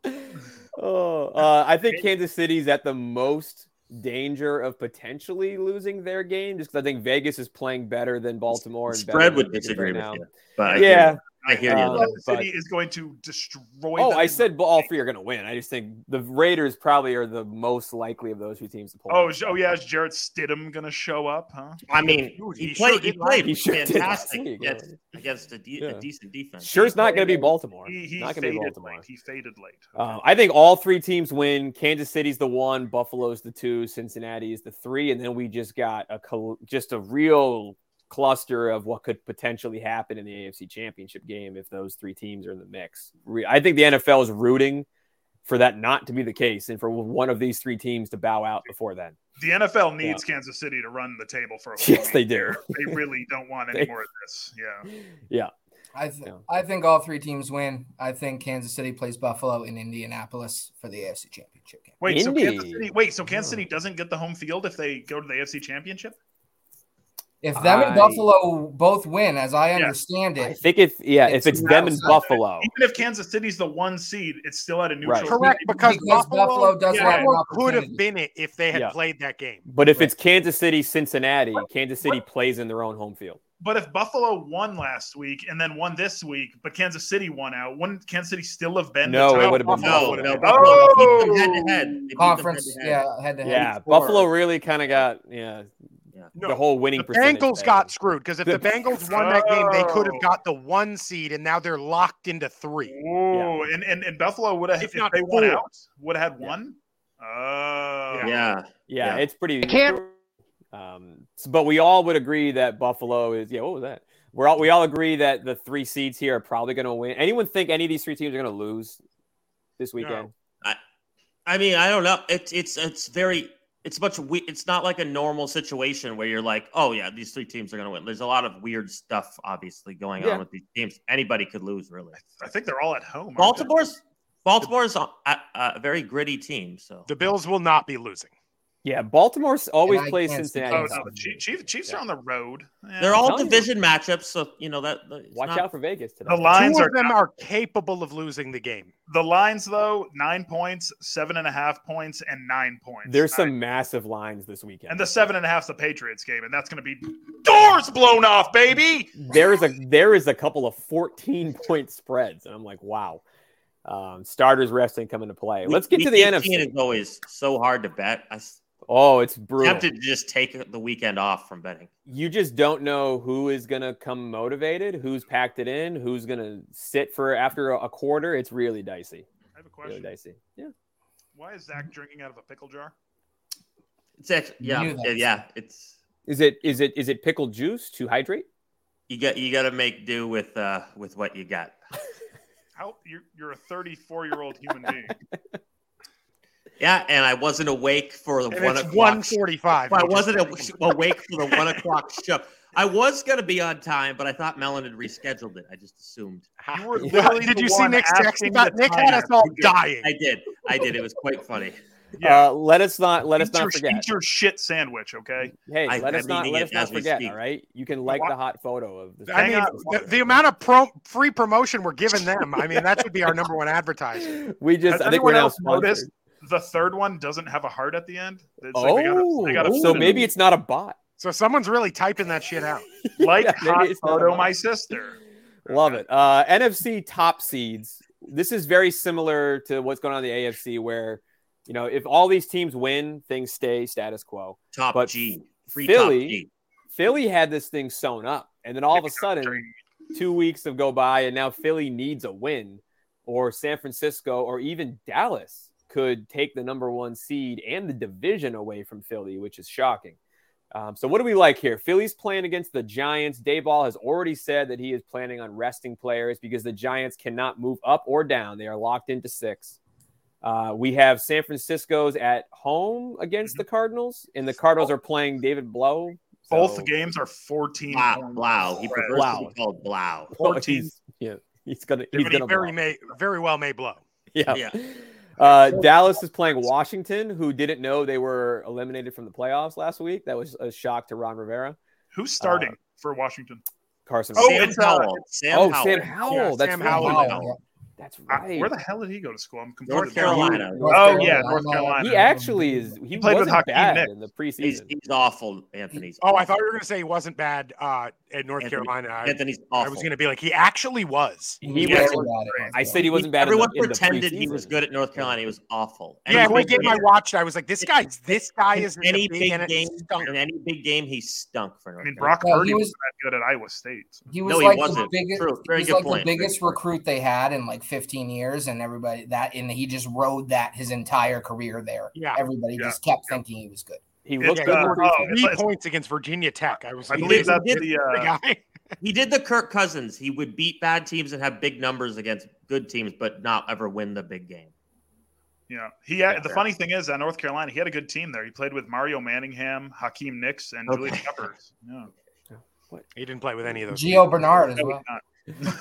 oh, uh, I think Kansas City's at the most danger of potentially losing their game just because I think Vegas is playing better than Baltimore. And Spread better would than Vegas disagree right with now. you, but I Yeah, hear, I hear you. Um, though. Kansas City is going to destroy. Oh, them. I said all three are going to win. I just think the Raiders probably are the most likely of those two teams to pull. Oh, it. is- oh yeah, is Jarrett Stidham going to show up? Huh? I mean, Dude, he, he sure played. he did like- played he sure did last fantastic week, against, yeah. against a, de- Yeah. a decent defense. Sure, it's not going to be He- Baltimore. He, he not going to be faded Baltimore. late. He faded late. Um, I think all three teams win. Kansas City's the one, Buffalo's the two, Cincinnati is the three, and then we just got a col- just a real cluster of what could potentially happen in the AFC Championship game if those three teams are in the mix. Re- I think the NFL is rooting for that not to be the case, and for one of these three teams to bow out before then. The NFL needs Kansas City to run the table for a full Yes, they week. do. They really don't want They- any more of this. Yeah. Yeah. I th- Yeah. I think all three teams win. I think Kansas City plays Buffalo in Indianapolis for the AFC Championship game. Wait, so Kansas Indy. City wait, so Kansas Yeah. City doesn't get the home field if they go to the AFC championship? If them I- and Buffalo both win, as I understand I it, think if yeah, if it's It's them and outside. Buffalo, Even if Kansas City's the one seed, it's still at a neutral. Oh. Right. site. Correct, because, Because Buffalo, Buffalo doesn't Buffalo have an could have opportunity. been it if they had Yeah. played that game. but if it's Kansas City, Cincinnati, Kansas City plays in their own home field. But if Buffalo won last week and then won this week, but Kansas City won out, wouldn't Kansas City still have been? the No, it top? would've been No, Buffalo. no, Oh! Buffalo beat them head to head. They beat them conference, head to head. yeah, head to head. Yeah, four. Buffalo really kind of got yeah, Yeah. the whole winning The percentage. Bengals thing. got screwed because if The- the Bengals won that game, they could Oh. have got the one seed, and now they're locked into three. Whoa, and, and and Buffalo would have If if, not they won four. out, would have had Yeah. one. Oh, Yeah. Yeah, Yeah. it's pretty. can't- Uh, Um, s- but we all would agree that Buffalo is. Yeah, what was that? We're all we all agree that the three seeds here are probably going to win. Anyone think any of these three teams are going to lose this weekend? I mean, I don't know. It's it's it's very it's much we- it's not like a normal situation where you're like, oh yeah, these three teams are going to win. There's a lot of weird stuff obviously going Yeah. on with these teams. Anybody could lose really. I think they're all at home. aren't they? Baltimore's Baltimore's a, a, a very gritty team, so The Bills will not be losing. Yeah, Baltimore's always And I plays can't speak Cincinnati. Oh to no, the Chief, Chief- Chiefs are on the road. Eh. Yeah. they're I'm all telling you. division matchups. So you know that it's Watch not- out for Vegas today. the lines Two are of them are capable of losing the game. the lines though nine points, seven and a half points, and nine points. There's I- some massive lines this weekend. and the seven and a half's the Patriots game, and that's going to be doors blown off, baby. there is a there is a couple of 14 point spreads, and I'm like, wow. Um, starters resting come into play. Week- Let's get to week the 18 NFC. Is always so hard to bet. I s- Oh, it's brutal. tempted to just take the weekend off from betting. you just don't know who is going to come motivated, who's packed it in, who's going to sit for after a, a quarter. It's really dicey. I have a Really question. dicey. Yeah. Why is Zach drinking out of a pickle jar? It's actually You yeah knew yeah, that. yeah it's Is it is it is it pickled juice to hydrate? you got you got to make do with uh with what you got. How you're you're a 34 year old human being. Yeah, and I wasn't awake for the And one it's o'clock. Show. 145. I wasn't aw- awake for the one o'clock show. I was gonna be on time, but I thought Melon had rescheduled it. I just assumed. You were literally Did you the see one Nick's text asking about the Nick had timer. us all You did. dying? I did. I did. It was quite funny. Yeah. Uh, let us not let us Eat not your, forget. eat your shit sandwich, okay? Hey, I- let I'm us not eating let it us not as we forget. speak. All right, you can like Why- the hot photo of this. I Hang mean, on. the, the amount of pro, free promotion we're giving them, I mean, that should be our number one advertiser. we just Has I think we're anyone now else noticed sponsored. The third one doesn't have a heart at the end. It's like they gotta- Oh, they gotta so put it maybe it's not a bot. So someone's really typing that shit out. like Yeah, maybe hot it's not a photo, bot. my sister. Love it. Uh, NFC top seeds. This is very similar to what's going on in the AFC, where you know if all these teams win, things stay status quo. Top But G. Free Philly- top G. Philly had this thing sewn up, and then all of a sudden, two weeks have go by, and now Philly needs a win, or San Francisco, or even Dallas could take the number one seed and the division away from Philly, which is shocking. Um, so, what do we like here? Philly's playing against the Giants. Dayball has already said that he is planning on resting players because the Giants cannot move up or down. They are locked into six. Uh, we have San Francisco's at home against the Cardinals, and the Cardinals are playing David Blow. Both So- games are 14. Blau. points. Blau. He prefers to Blau. be called Blau. Well, 14. he's- yeah, he's gonna. But He's he gonna very blow. may, very well may blow. Yeah. Yeah. Uh, Dallas is playing Washington, who didn't know they were eliminated from the playoffs last week. That was a shock to Ron Rivera, Who's starting Uh, for Washington? Carson. Oh, Wentz. it's, Sam uh, Howell. Sam oh, Howell. Sam Howell. Yeah, That's Sam right. Howell. That's I- right. where the hell did he go to school? I'm North completely Carolina. Oh, yeah, North Carolina. he actually is. He, played played with wasn't Hakeem bad Nicks. in the He's, preseason. he's awful, Anthony. He's Oh, I awful. thought you were going to say he wasn't bad uh, at North Anthony- Carolina. I, Anthony's I awful. was going to be like, he actually was. He Yeah. was. I said he wasn't bad. in the- Everyone in the pretended he preseason. was good at North Carolina. He was awful. Yeah, Any every big game I watched, I was like, this guy, this guy is any big and it game, stunk. in any big game, he stunk for North I mean, Carolina. Brock Well, Purdy he was was- that good at Iowa State. He was No, he like the wasn't. biggest, True. Very he was good like point. the biggest recruit they had in like 15 years, and everybody that, and he just rode that his entire career there. Yeah. Everybody Yeah. just kept thinking he was good. He Yeah, looked Yeah, good. he in the uh, scored preseason. oh, it's- three it's- points against Virginia Tech. I was I like, believe this that's did- the is the uh, guy. He did the Kirk Cousins. He would beat bad teams and have big numbers against good teams, but not ever win the big game. yeah. He had, the funny thing is at North Carolina, he had a good team there. He played with Mario Manningham, Hakeem Nicks, and Okay. Julius Peppers. Yeah, He didn't play with any of those. Gio Bernard as No, well. he's not.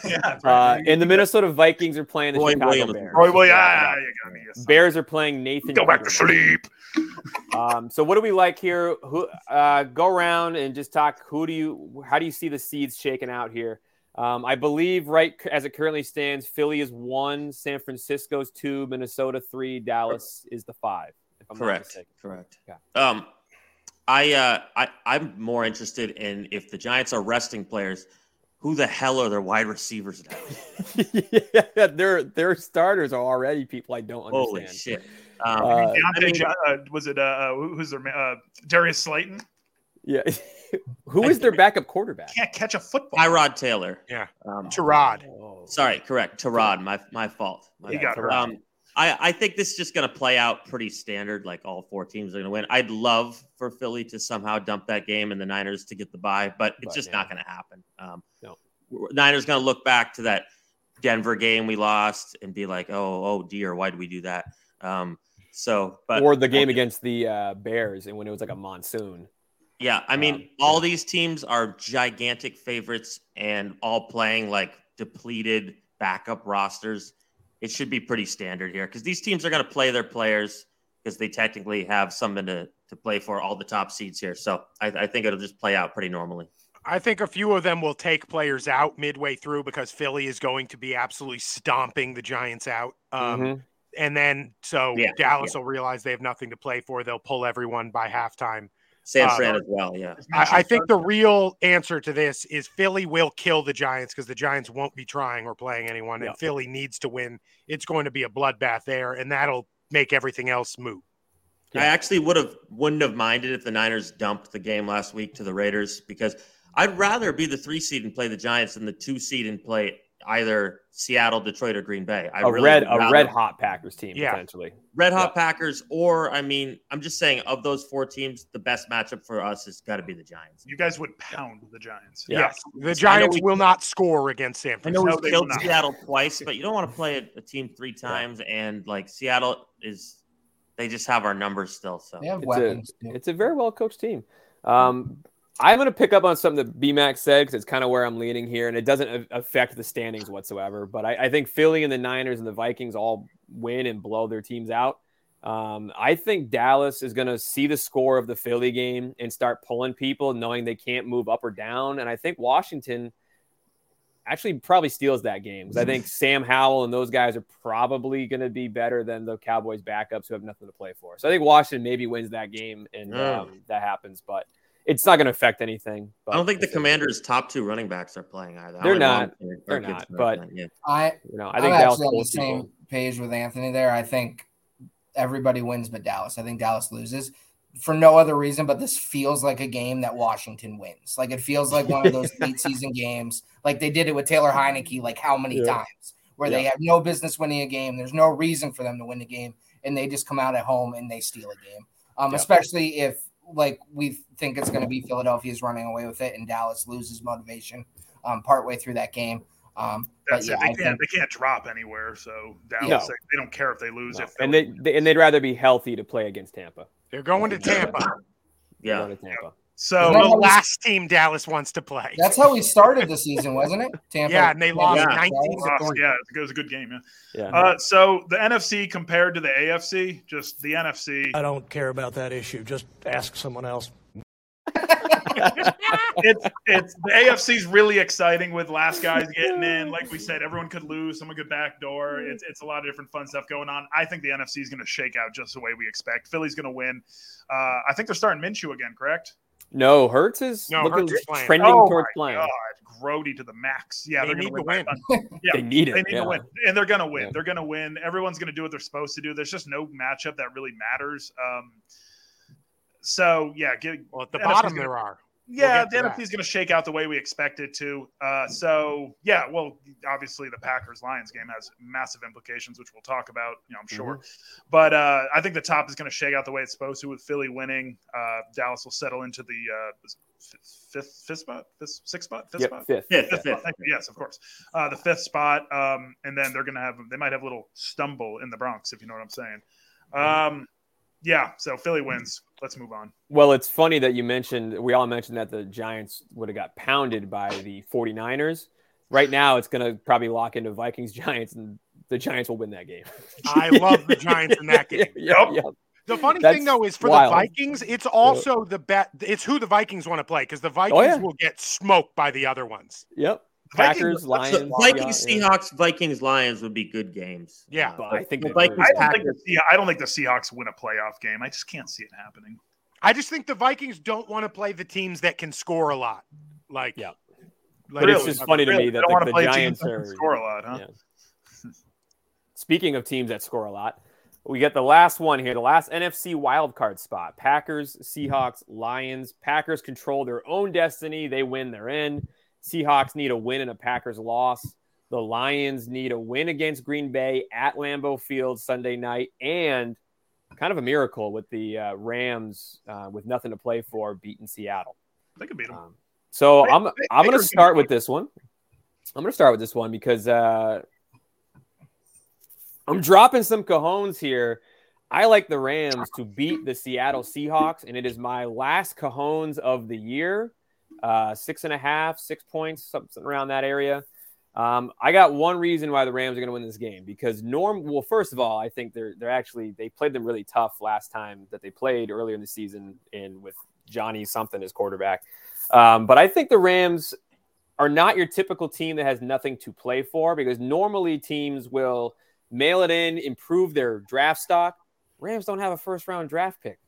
yeah, that's Uh, right. and the Minnesota Vikings are playing the Roy Chicago Williams. Bears. Roy Williams. Yeah, ah, you got me. Yes. Bears are playing Nathan. Go back to Peterman. sleep. Um, so what do we like here? Who uh, go around and just talk? Who do you? How do you see the seeds shaking out here? Um, I believe right as it currently stands, Philly is one, San Francisco's two, Minnesota three, Dallas is the five. If I'm not Correct. mistaken. Correct. Yeah. Um, I, uh, I, I'm more interested in if the Giants are resting players, who the hell are their wide receivers now? yeah, their their starters are already people I don't Holy understand. shit. Um, Uh, Deontay mean- Jo- uh, was it uh, who- who's their ma- uh, Darius Slayton? yeah, who is their backup quarterback? Can't catch a football. Tyrod Taylor. Yeah. Um, Terod. Oh. sorry, correct. Tyrod. My my fault. My He bad. got hurt. Um, I, I think this is just going to play out pretty standard. Like all four teams are going to win. I'd love for Philly to somehow dump that game and the Niners to get the bye, but it's But, just yeah. not going to happen. Um, No. Niners going to look back to that Denver game we lost and be like, oh, oh dear, why did we do that? Um, so, but or the game against the uh, Bears and when it was like a monsoon. yeah, I mean, Um, all these teams are gigantic favorites and all playing like depleted backup rosters. It should be pretty standard here because these teams are going to play their players because they technically have something to, to play for all the top seeds here. So I, I think it'll just play out pretty normally. I think a few of them will take players out midway through because Philly is going to be absolutely stomping the Giants out. Um, Mm-hmm. Mhm. And then so Mm-hmm. Yeah, Dallas will realize they have nothing to play for. They'll pull everyone by halftime. San Uh, Fran as well. Yeah. I, I think the real answer to this is Philly will kill the Giants because the Giants won't be trying or playing anyone, Yeah. and Philly needs to win. It's going to be a bloodbath there, and that'll make everything else moot. Yeah. I actually would have wouldn't have minded if the Niners dumped the game last week to the Raiders because I'd rather be the three seed and play the Giants than the two seed and play either Seattle, Detroit, or Green Bay. I A really red, would a rather- red hot Packers team Yeah. potentially. red hot Packers, or I mean, I'm just saying of those four teams, the best matchup for us has got to be the Giants. You guys would pound the Giants. Yeah. The Giants we- will not score against San I Francisco. know No, we they killed will not. Seattle twice, but you don't want to play a, a team three times, and like Seattle is, they just have our numbers still. So They have It's a- weapons. dude. It's a very well coached team. Um, I'm going to pick up on something that BMAC said because it's kind of where I'm leaning here, and it doesn't a- affect the standings whatsoever. But I, I think Philly and the Niners and the Vikings all win and blow their teams out. Um, I think Dallas is going to see the score of the Philly game and start pulling people, knowing they can't move up or down. And I think Washington actually probably steals that game because I think Sam Howell and those guys are probably going to be better than the Cowboys backups who have nothing to play for. So I think Washington maybe wins that game and Yeah. um, that happens, but it's not going to affect anything. But I don't think the it's- Commanders' top two running backs are playing either. I They're only not. want their- They're their kids not, to but- play, yeah. I You know, I I think am Dallas actually on the pulls people. same page with Anthony there. I think everybody wins but Dallas. I think Dallas loses for no other reason but this feels like a game that Washington wins. Like it feels like one of those late season games. Like they did it with Taylor Heineke like how many Yeah. times where they have no business winning a game. There's no reason for them to win the game and they just come out at home and they steal a game. Um, Yeah. especially if like we think it's going to be Philadelphia's running away with it and Dallas loses motivation um partway through that game. Um, but That's yeah, it. I They think can't, they can't drop anywhere. So Dallas, No. they, they don't care if they lose. No. If And Philly- they, they and they'd rather be healthy to play against Tampa. They're going to Tampa, They're yeah. going to Tampa. so uh, Well, the last team Dallas wants to play. That's how we started the season, wasn't it? Tampa. Yeah, and they lost Yeah. 19 lost. yeah, it was a good game. Yeah. Yeah. Uh, so the NFC compared to the AFC, just the NFC, Uh, I don't care about that issue. Just ask someone else. it's it's the AFC's really exciting with last guys getting in. Like we said, everyone could lose, someone could backdoor. It's it's a lot of different fun stuff going on. I think the NFC is going to shake out just the way we expect. Philly's going to win. Uh, I think they're starting Minshew again, correct? no, Hertz is No, looking Hurts is playing. trending Oh towards my playing. God, Grody to the max. Yeah, They are need to win. Yeah, They need it. They need yeah. to win, and they're gonna win. Yeah. They're gonna win. Everyone's gonna do what they're supposed to do. There's just no matchup that really matters. Um, so yeah, give, Well, at the NFC's bottom gonna- there are. get yeah, to the that. NFC is going to shake out the way we expect it to. Uh, so, yeah, well, obviously the Packers Lions game has massive implications, which we'll talk about, you know, I'm sure. But uh, I think the top is going to shake out the way it's supposed to with Philly winning. Uh, Dallas will settle into the uh, f- fifth, fifth spot, fifth, sixth spot, fifth Yep, spot. fifth. Fifth Fifth, fifth. spot, thank you. Yes, of course. Uh, the fifth spot, um, and then they're going to have they might have a little stumble in the Bronx, if you know what I'm saying. Um, yeah, so Philly wins. Let's move on. Well, it's funny that you mentioned, we all mentioned that the Giants would have got pounded by the 49ers. Right now, it's going to probably lock into Vikings Giants, and the Giants will win that game. I love the Giants in that game. Yeah, yeah. The funny That's thing though is for wild. the Vikings, it's also the bet. It's who the Vikings want to play because the Vikings yeah. will get smoked by the other ones. Yep. Vikings- Packers, So Lions, Vikings, yeah, yeah. Seahawks, Vikings, Lions would be good games. Yeah. Uh, But I think the they Vikings. lose. I don't, think the, Sea- I don't think the Seahawks win a playoff game. I just can't see it happening. I just think the Vikings don't want to play the teams that can score a lot. Like Yeah. like- But it's just funny to me that don't the- wanna the play Giants teams that can are- score a lot, huh? Yeah. Speaking of teams that score a lot, we get the last one here, the last NFC wildcard spot. Packers, Seahawks, Lions. Packers control their own destiny. They win, they're in. Seahawks need a win and a Packers loss. The Lions need a win against Green Bay at Lambeau Field Sunday night, and kind of a miracle with the uh, Rams uh, with nothing to play for beating Seattle. They could beat him. Um, so Ba- I'm Ba- I'm going to Baker's gonna start beat with this one. I'm going to start with this one because uh, I'm dropping some cojones here. I like the Rams to beat the Seattle Seahawks, and it is my last cojones of the year. Uh, six and a half, six points, something around that area. Um, I got one reason why the Rams are going to win this game because Norm. Well, first of all, I think they're they're actually they played them really tough last time that they played earlier in the season, and with Johnny something as quarterback. Um, but I think the Rams are not your typical team that has nothing to play for because normally teams will mail it in, improve their draft stock. Rams don't have a first round draft pick,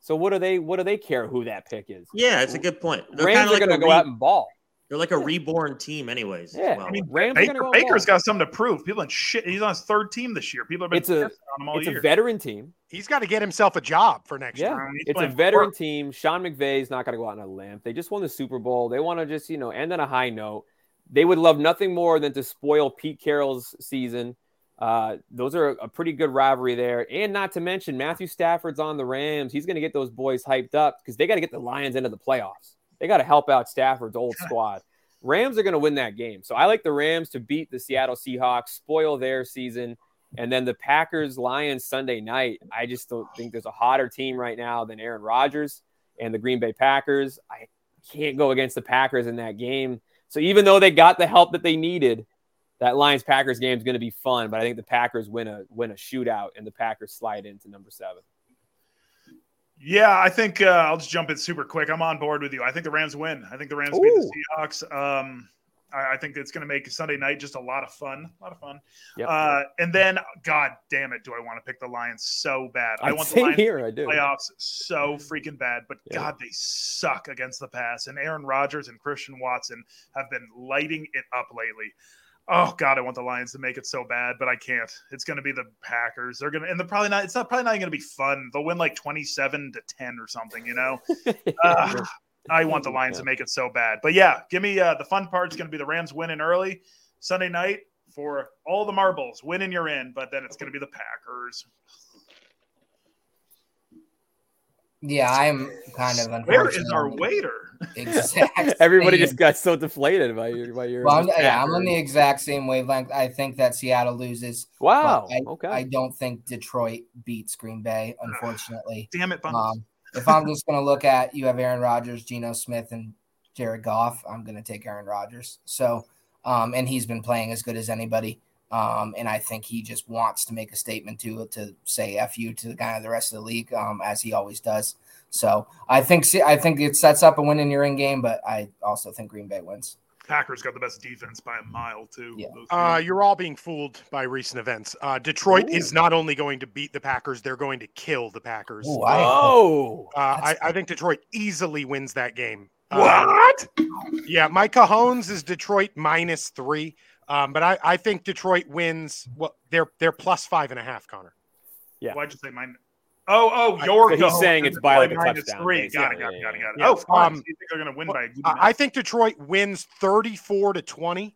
so what do they what do they care who that pick is? Yeah, it's a good point. They're Rams kind are of like going to a go re- out and ball. they're like a reborn team, anyways. as Yeah, well. I mean, Rams are Baker, gonna go and Baker's ball. got something to prove. People in shit. He's on his third team this year. People have been It's a- pissed on him all It's year. a veteran team. He's got to get himself a job for next Yeah. year. Um, he's it's a playing for veteran work. team. Sean McVay's not going to go out on a limb. They just won the Super Bowl. They want to just, you know, end on a high note. They would love nothing more than to spoil Pete Carroll's season. Uh, those are a pretty good rivalry there. And not to mention, Matthew Stafford's on the Rams. He's going to get those boys hyped up because they got to get the Lions into the playoffs. They got to help out Stafford's old squad. Rams are going to win that game. So I like the Rams to beat the Seattle Seahawks, spoil their season. And then the Packers Lions Sunday night. I just don't think there's a hotter team right now than Aaron Rodgers and the Green Bay Packers. I can't go against the Packers in that game. So even though they got the help that they needed, that Lions Packers game is going to be fun. But I think the Packers win a win a shootout and the Packers slide into number seven. Yeah, I think uh, I'll just jump in super quick. I'm on board with you. I think the Rams win. I think the Rams beat Ooh. the Seahawks. Um, I, I think it's going to make Sunday night just a lot of fun. A lot of fun. Yep. Uh, and then, God damn it, do I want to pick the Lions so bad? I, I want the same Lions here. I do. playoffs so freaking bad, but Yeah. God, they suck against the pass. And Aaron Rodgers and Christian Watson have been lighting it up lately. Oh God, I want the Lions to make it so bad, but I can't. It's going to be the Packers. They're going to, and they're probably not. It's not probably not going to be fun. They'll win like twenty-seven to ten or something. You know, Ah, I want the Lions to Yeah. make it so bad. But yeah, give me uh, the fun part's going to be the Rams winning early Sunday night for all the marbles. Winning you're in, but then it's going to be the Packers. Yeah, I'm kind of unfortunate. Where is our waiter? Exact Everybody same. just got so deflated by your by your. Well, I'm, yeah, I'm Packers. on the exact same wavelength. I think that Seattle loses. but Wow. I, okay. I don't think Detroit beats Green Bay, unfortunately. Damn it, Bumps. Um, if I'm just going to look at you have Aaron Rodgers, Geno Smith, and Jared Goff, I'm going to take Aaron Rodgers. So, um, and he's been playing as good as anybody. Um, and I think he just wants to make a statement to to say "f you" to the kind of the rest of the league, um, as he always does. So I think Se- I think it sets up a win in your in game, but I also think Green Bay wins. Packers got the best defense by a mile too. Yeah. Those Uh, teams. you're all being fooled by recent events. Uh, Detroit Ooh. is not only going to beat the Packers, they're going to kill the Packers. Ooh, uh, I- oh. I, I think Detroit easily wins that game. Uh, what? yeah, my Cajones is Detroit minus three, um, but I, I think Detroit wins. Well, they're they're plus five and a half, Connor. Yeah. Why'd you say mine? Oh, oh, I- your So he's goal saying is it's by, like, a minus touchdown, Three. Got it, basically. got it, got it, got it. Yeah. Oh, fine. Um, So you think they're gonna win by? A good I, I amount. think Detroit wins thirty-four to twenty.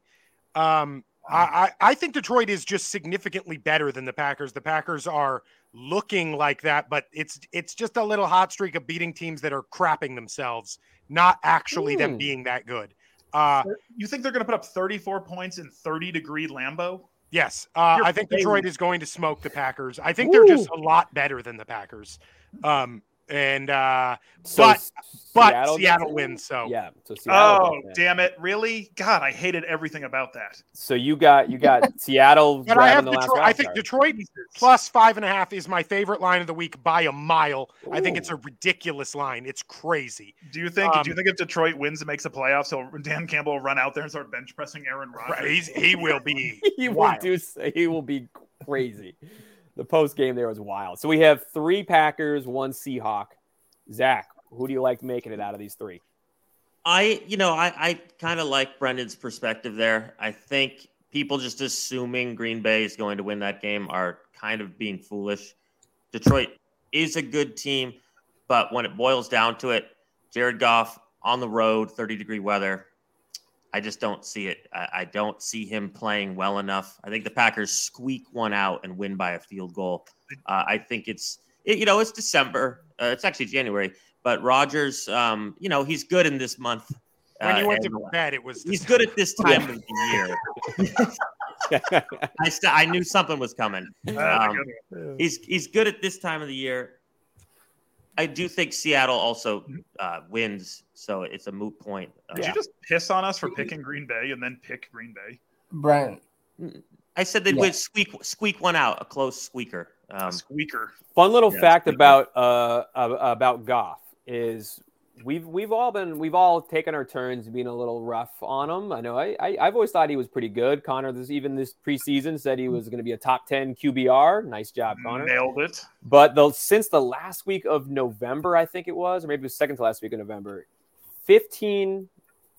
Um, I, I I think Detroit is just significantly better than the Packers. The Packers are looking like that, but it's it's just a little hot streak of beating teams that are crapping themselves, not actually them Hmm. being that good. Uh, you think they're gonna put up 34 points in 30 degree Lambo? Yes, uh, You're I think crazy. Detroit is going to smoke the Packers. I think they're just Ooh. a lot better than the Packers. Um, and uh, So But- but Seattle, Seattle, wins, so Yeah. So Seattle. Oh, wins that. damn it! Really? God, I hated everything about that. So you got you got Seattle. but I grabbing have the last Detroit. wild I think card. Detroit plus five and a half is my favorite line of the week by a mile. I think it's a ridiculous line. It's crazy. Do you think? Um, do you think if Detroit wins and makes the playoffs, he'll, Dan Campbell will run out there and start bench pressing Aaron Rodgers? Right? He's, he will be. he will wild. do. He will be crazy. The post game there was wild. So we have three Packers, one Seahawk. Zach, who do you like making it out of these three? I, you know, I, I kind of like Brendan's perspective there. I think people just assuming Green Bay is going to win that game are kind of being foolish. Detroit is a good team, but when it boils down to it, Jared Goff on the road, 30 degree weather, I just don't see it. I, I don't see him playing well enough. I think the Packers squeak one out and win by a field goal. Uh, I think it's it, you know it's December. Uh, it's actually January, but Rogers, um, you know, he's good in this month. When you Uh, went to and bed, it was he's good at this time of the year. I st- I knew something was coming. That's a Um, good He's he's good at this time of the year. I do think Seattle also uh, wins, so it's a moot point. Uh, Did you just piss on us for picking Green Bay and then pick Green Bay? Brent, I said they'd Yeah. win squeak squeak one out, a close squeaker. Um, Squeaker. Fun little Yeah, fact it's pretty about uh ab- about Goff is we've we've all been we've all taken our turns being a little rough on him. I know I, I I've always thought he was pretty good. Connor this even this preseason said he was going to be a top ten QBR. Nice job, Connor. Nailed it. But the since the last week of November, I think it was, or maybe it was second to last week of November, fifteen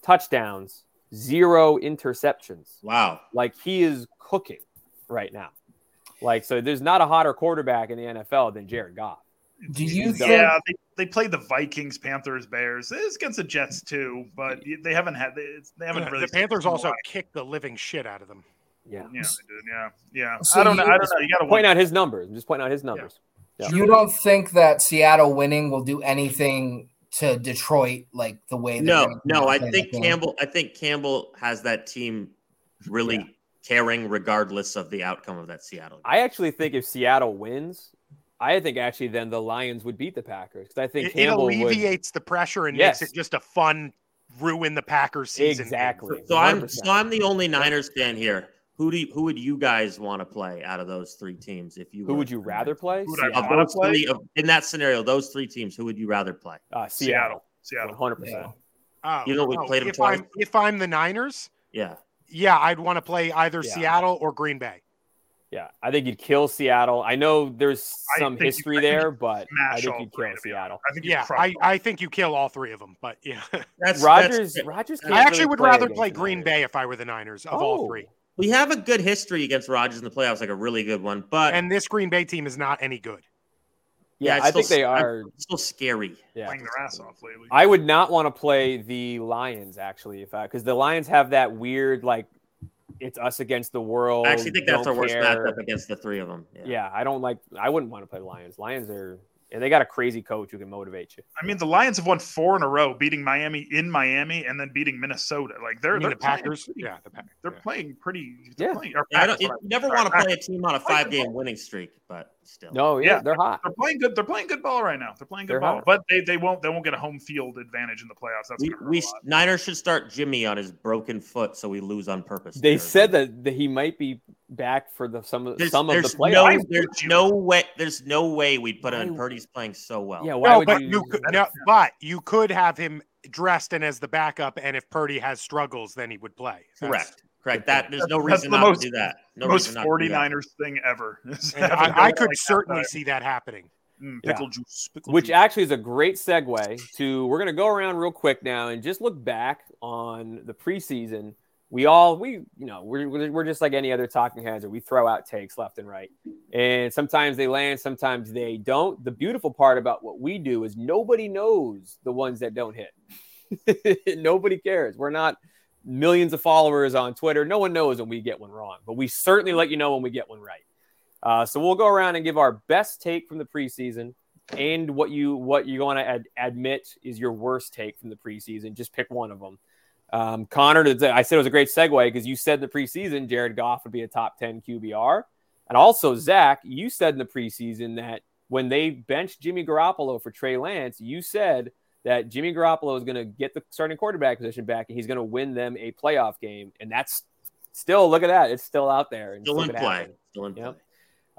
touchdowns, zero interceptions. wow, Like he is cooking right now. Like so, there's not a hotter quarterback in the NFL than Jared Goff. do you think? Yeah, they, they played the Vikings, Panthers, Bears. It's against the Jets too, but they haven't had they, it's- they haven't really. the Panthers also kicked the living shit out of them. Yeah. Yeah, they did. Yeah, yeah. So I don't know. you- I don't know. You got to Point win. out his numbers. I'm just pointing out his numbers. Yeah. You don't think that Seattle winning will do anything to Detroit like the way? they're no, gonna no. I play that think game? Campbell. I think Campbell has that team really caring, regardless of the outcome of that Seattle. Game. I actually think if Seattle wins, I think actually then the Lions would beat the Packers because I think It, it Campbell would alleviates the pressure and Yes. makes it just a fun ruin the Packers season. game. exactly. So I'm 100%. so I'm the only Niners fan here. Who do you, who would you guys want to play out of those three teams? If you Who were- would you rather play? Who would I Seattle. of Wanna those play? three of, in that scenario? Those three teams. Who would you rather play? Uh, Seattle. Seattle. Seattle. 100%. Yeah. Oh, You know, we played 'em if twice. I'm, if I'm the Niners, Yeah, yeah, I'd want to play either Yeah. Seattle or Green Bay. Yeah, I think you'd kill Seattle. I know there's I some think you- history I think there, but I Smash think all you'd three, kill to be honest. Seattle. I think you Yeah, crush I, them. I think you kill all three of them, but yeah. that's Rodgers, that's- Rodgers. can't I actually really would play rather against play the Green Niners. Bay if I were the Niners of all Oh. three. we have a good history against Rodgers in the playoffs, like a really good one. But And this Green Bay team is not any good. Yeah, it's I think still- they I'm are. still scary. Yeah, playing their ass off lately. I would not want to play the Lions actually, if I because the Lions have that weird like it's us against the world. I actually think that's our Oh, don't worst care. matchup against the three of them. Yeah, I don't like. I wouldn't want to play Lions. Lions are and they got a crazy coach who can motivate you. I mean, the Lions have won four in a row, beating Miami in Miami and then beating Minnesota. Like I they're mean, they're the Packers. Playing, Yeah, the Packers. they're yeah. playing pretty. They're Yeah. playing, or Yeah, I don't, Packers, you whatever. never Sorry, want to Packers. play a team on a five-game winning streak, but still. No, yeah, Yeah. they're hot. They're playing good. They're playing good ball right now. They're playing good They're ball, hot. but they, they won't they won't get a home field advantage in the playoffs. That's we, gonna hurt we a lot. Niners should start Jimmy on his broken foot, so we lose on purpose. They There's- said that, that he might be back for the some of there's, some of the there's playoffs. No, there's no way. There's no way we'd put him. in. Purdy's playing so well. yeah, why No, would but you? you could, no, but you could have him dressed in as the backup, and if Purdy has struggles, then he would play. That's- correct, correct. That there's no That's reason the not most- to do that. No Most reason not to do that. 49ers thing ever. Is and having I, I guys could like that certainly guy. see that happening. Mm, Yeah. pickle juice. Pickle which juice. actually is a great segue to we're going to go around real quick now and just look back on the preseason we all we you know we're, we're we're just like any other talking heads or we throw out takes left and right and sometimes they land sometimes they don't the beautiful part about what we do is nobody knows the ones that don't hit nobody cares we're not millions of followers on twitter no one knows when we get one wrong but we certainly let you know when we get one right uh, so we'll go around and give our best take from the preseason and what you what you want to ad- admit is your worst take from the preseason. Just pick one of them. Um, Connor, did- I said it was a great segue because you said in the preseason Jared Goff would be a top ten QBR, and also Zach, you said in the preseason that when they benched Jimmy Garoppolo for Trey Lance, you said that Jimmy Garoppolo is going to get the starting quarterback position back and he's going to win them a playoff game, and that's still look at that, it's still out there and Still in could play. happen. Still in Yep. play.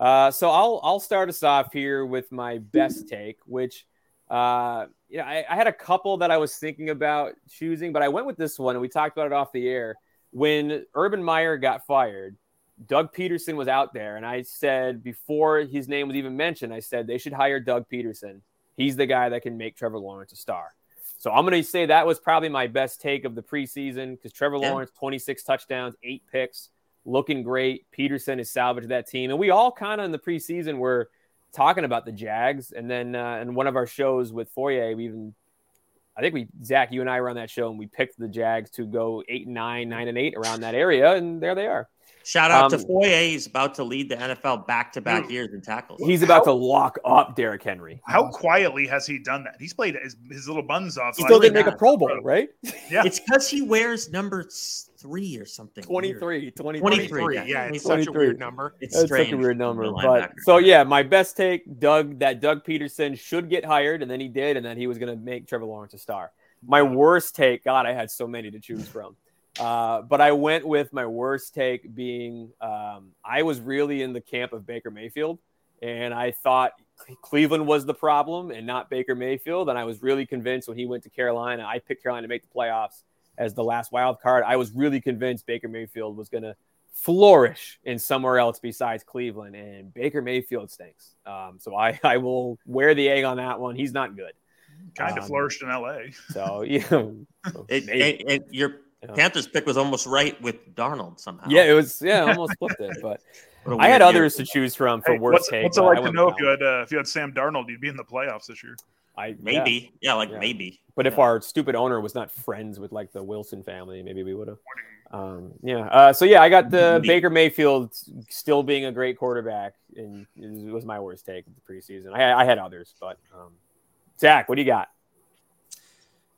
Uh, so I'll I'll start us off here with my best take, which uh, you know I, I had a couple that I was thinking about choosing, but I went with this one, and we talked about it off the air. When Urban Meyer got fired, Doug Peterson was out there, and I said before his name was even mentioned, I said they should hire Doug Peterson. He's the guy that can make Trevor Lawrence a star. So I'm going to say that was probably my best take of the preseason because Trevor Yeah. Lawrence, 26 touchdowns, eight picks looking great. Peterson has salvaged that team, and we all kind of in the preseason were talking about the Jags, and then uh, in one of our shows with Foyer, we even I think we Zach, you and I were on that show and we picked the Jags to go eight and nine, nine and eight around that area, and there they are. Shout out Um, Hmm. to Foye. He's about to lead the NFL back to back Dude. years in tackles. He's about to lock up Derrick Henry. How quietly has he done that? He's played his, his little buns off. Uh-huh. He I still really didn't make a don't- Pro Bowl, right? Yeah. It's because he wears number s- three or something. weird. 23, 23. 23. 23. Yeah, it's such a 23. weird number. It's That's strange. such a weird for a number. linebacker. But so yeah, my best take, Doug, that Doug Peterson should get hired, and then he did, and then he was gonna make Trevor Lawrence a star. My worst take, God, I had so many to choose from. Uh, but I went with my worst take being um, I was really in the camp of Baker Mayfield, and I thought Cleveland was the problem and not Baker Mayfield. And I was really convinced when he went to Carolina, I picked Carolina to make the playoffs as the last wild card. I was really convinced Baker Mayfield was going to flourish in somewhere else besides Cleveland, and Baker Mayfield stinks. Um, so I, I will wear the egg on that one. He's not good. Kind of Um, flourished in L.A. So yeah, It, Maybe. and, and your Yeah. Panthers pick was almost right with Darnold somehow. yeah, it was yeah, I almost flipped it. But What a I had weird year. others to choose from for Hey, worst what's, take. what's it but I like to went know with if that you had uh, if you had Sam Darnold, you'd be in the playoffs this year. one. I yeah. Maybe. Yeah, like Yeah. maybe. But if Yeah. our stupid owner was not friends with like the Wilson family, maybe we would have. Um, yeah. Uh, so yeah, I got the Maybe. Baker Mayfield still being a great quarterback, and it was my worst take of the preseason. I, I had others, but um, Zach, what do you got?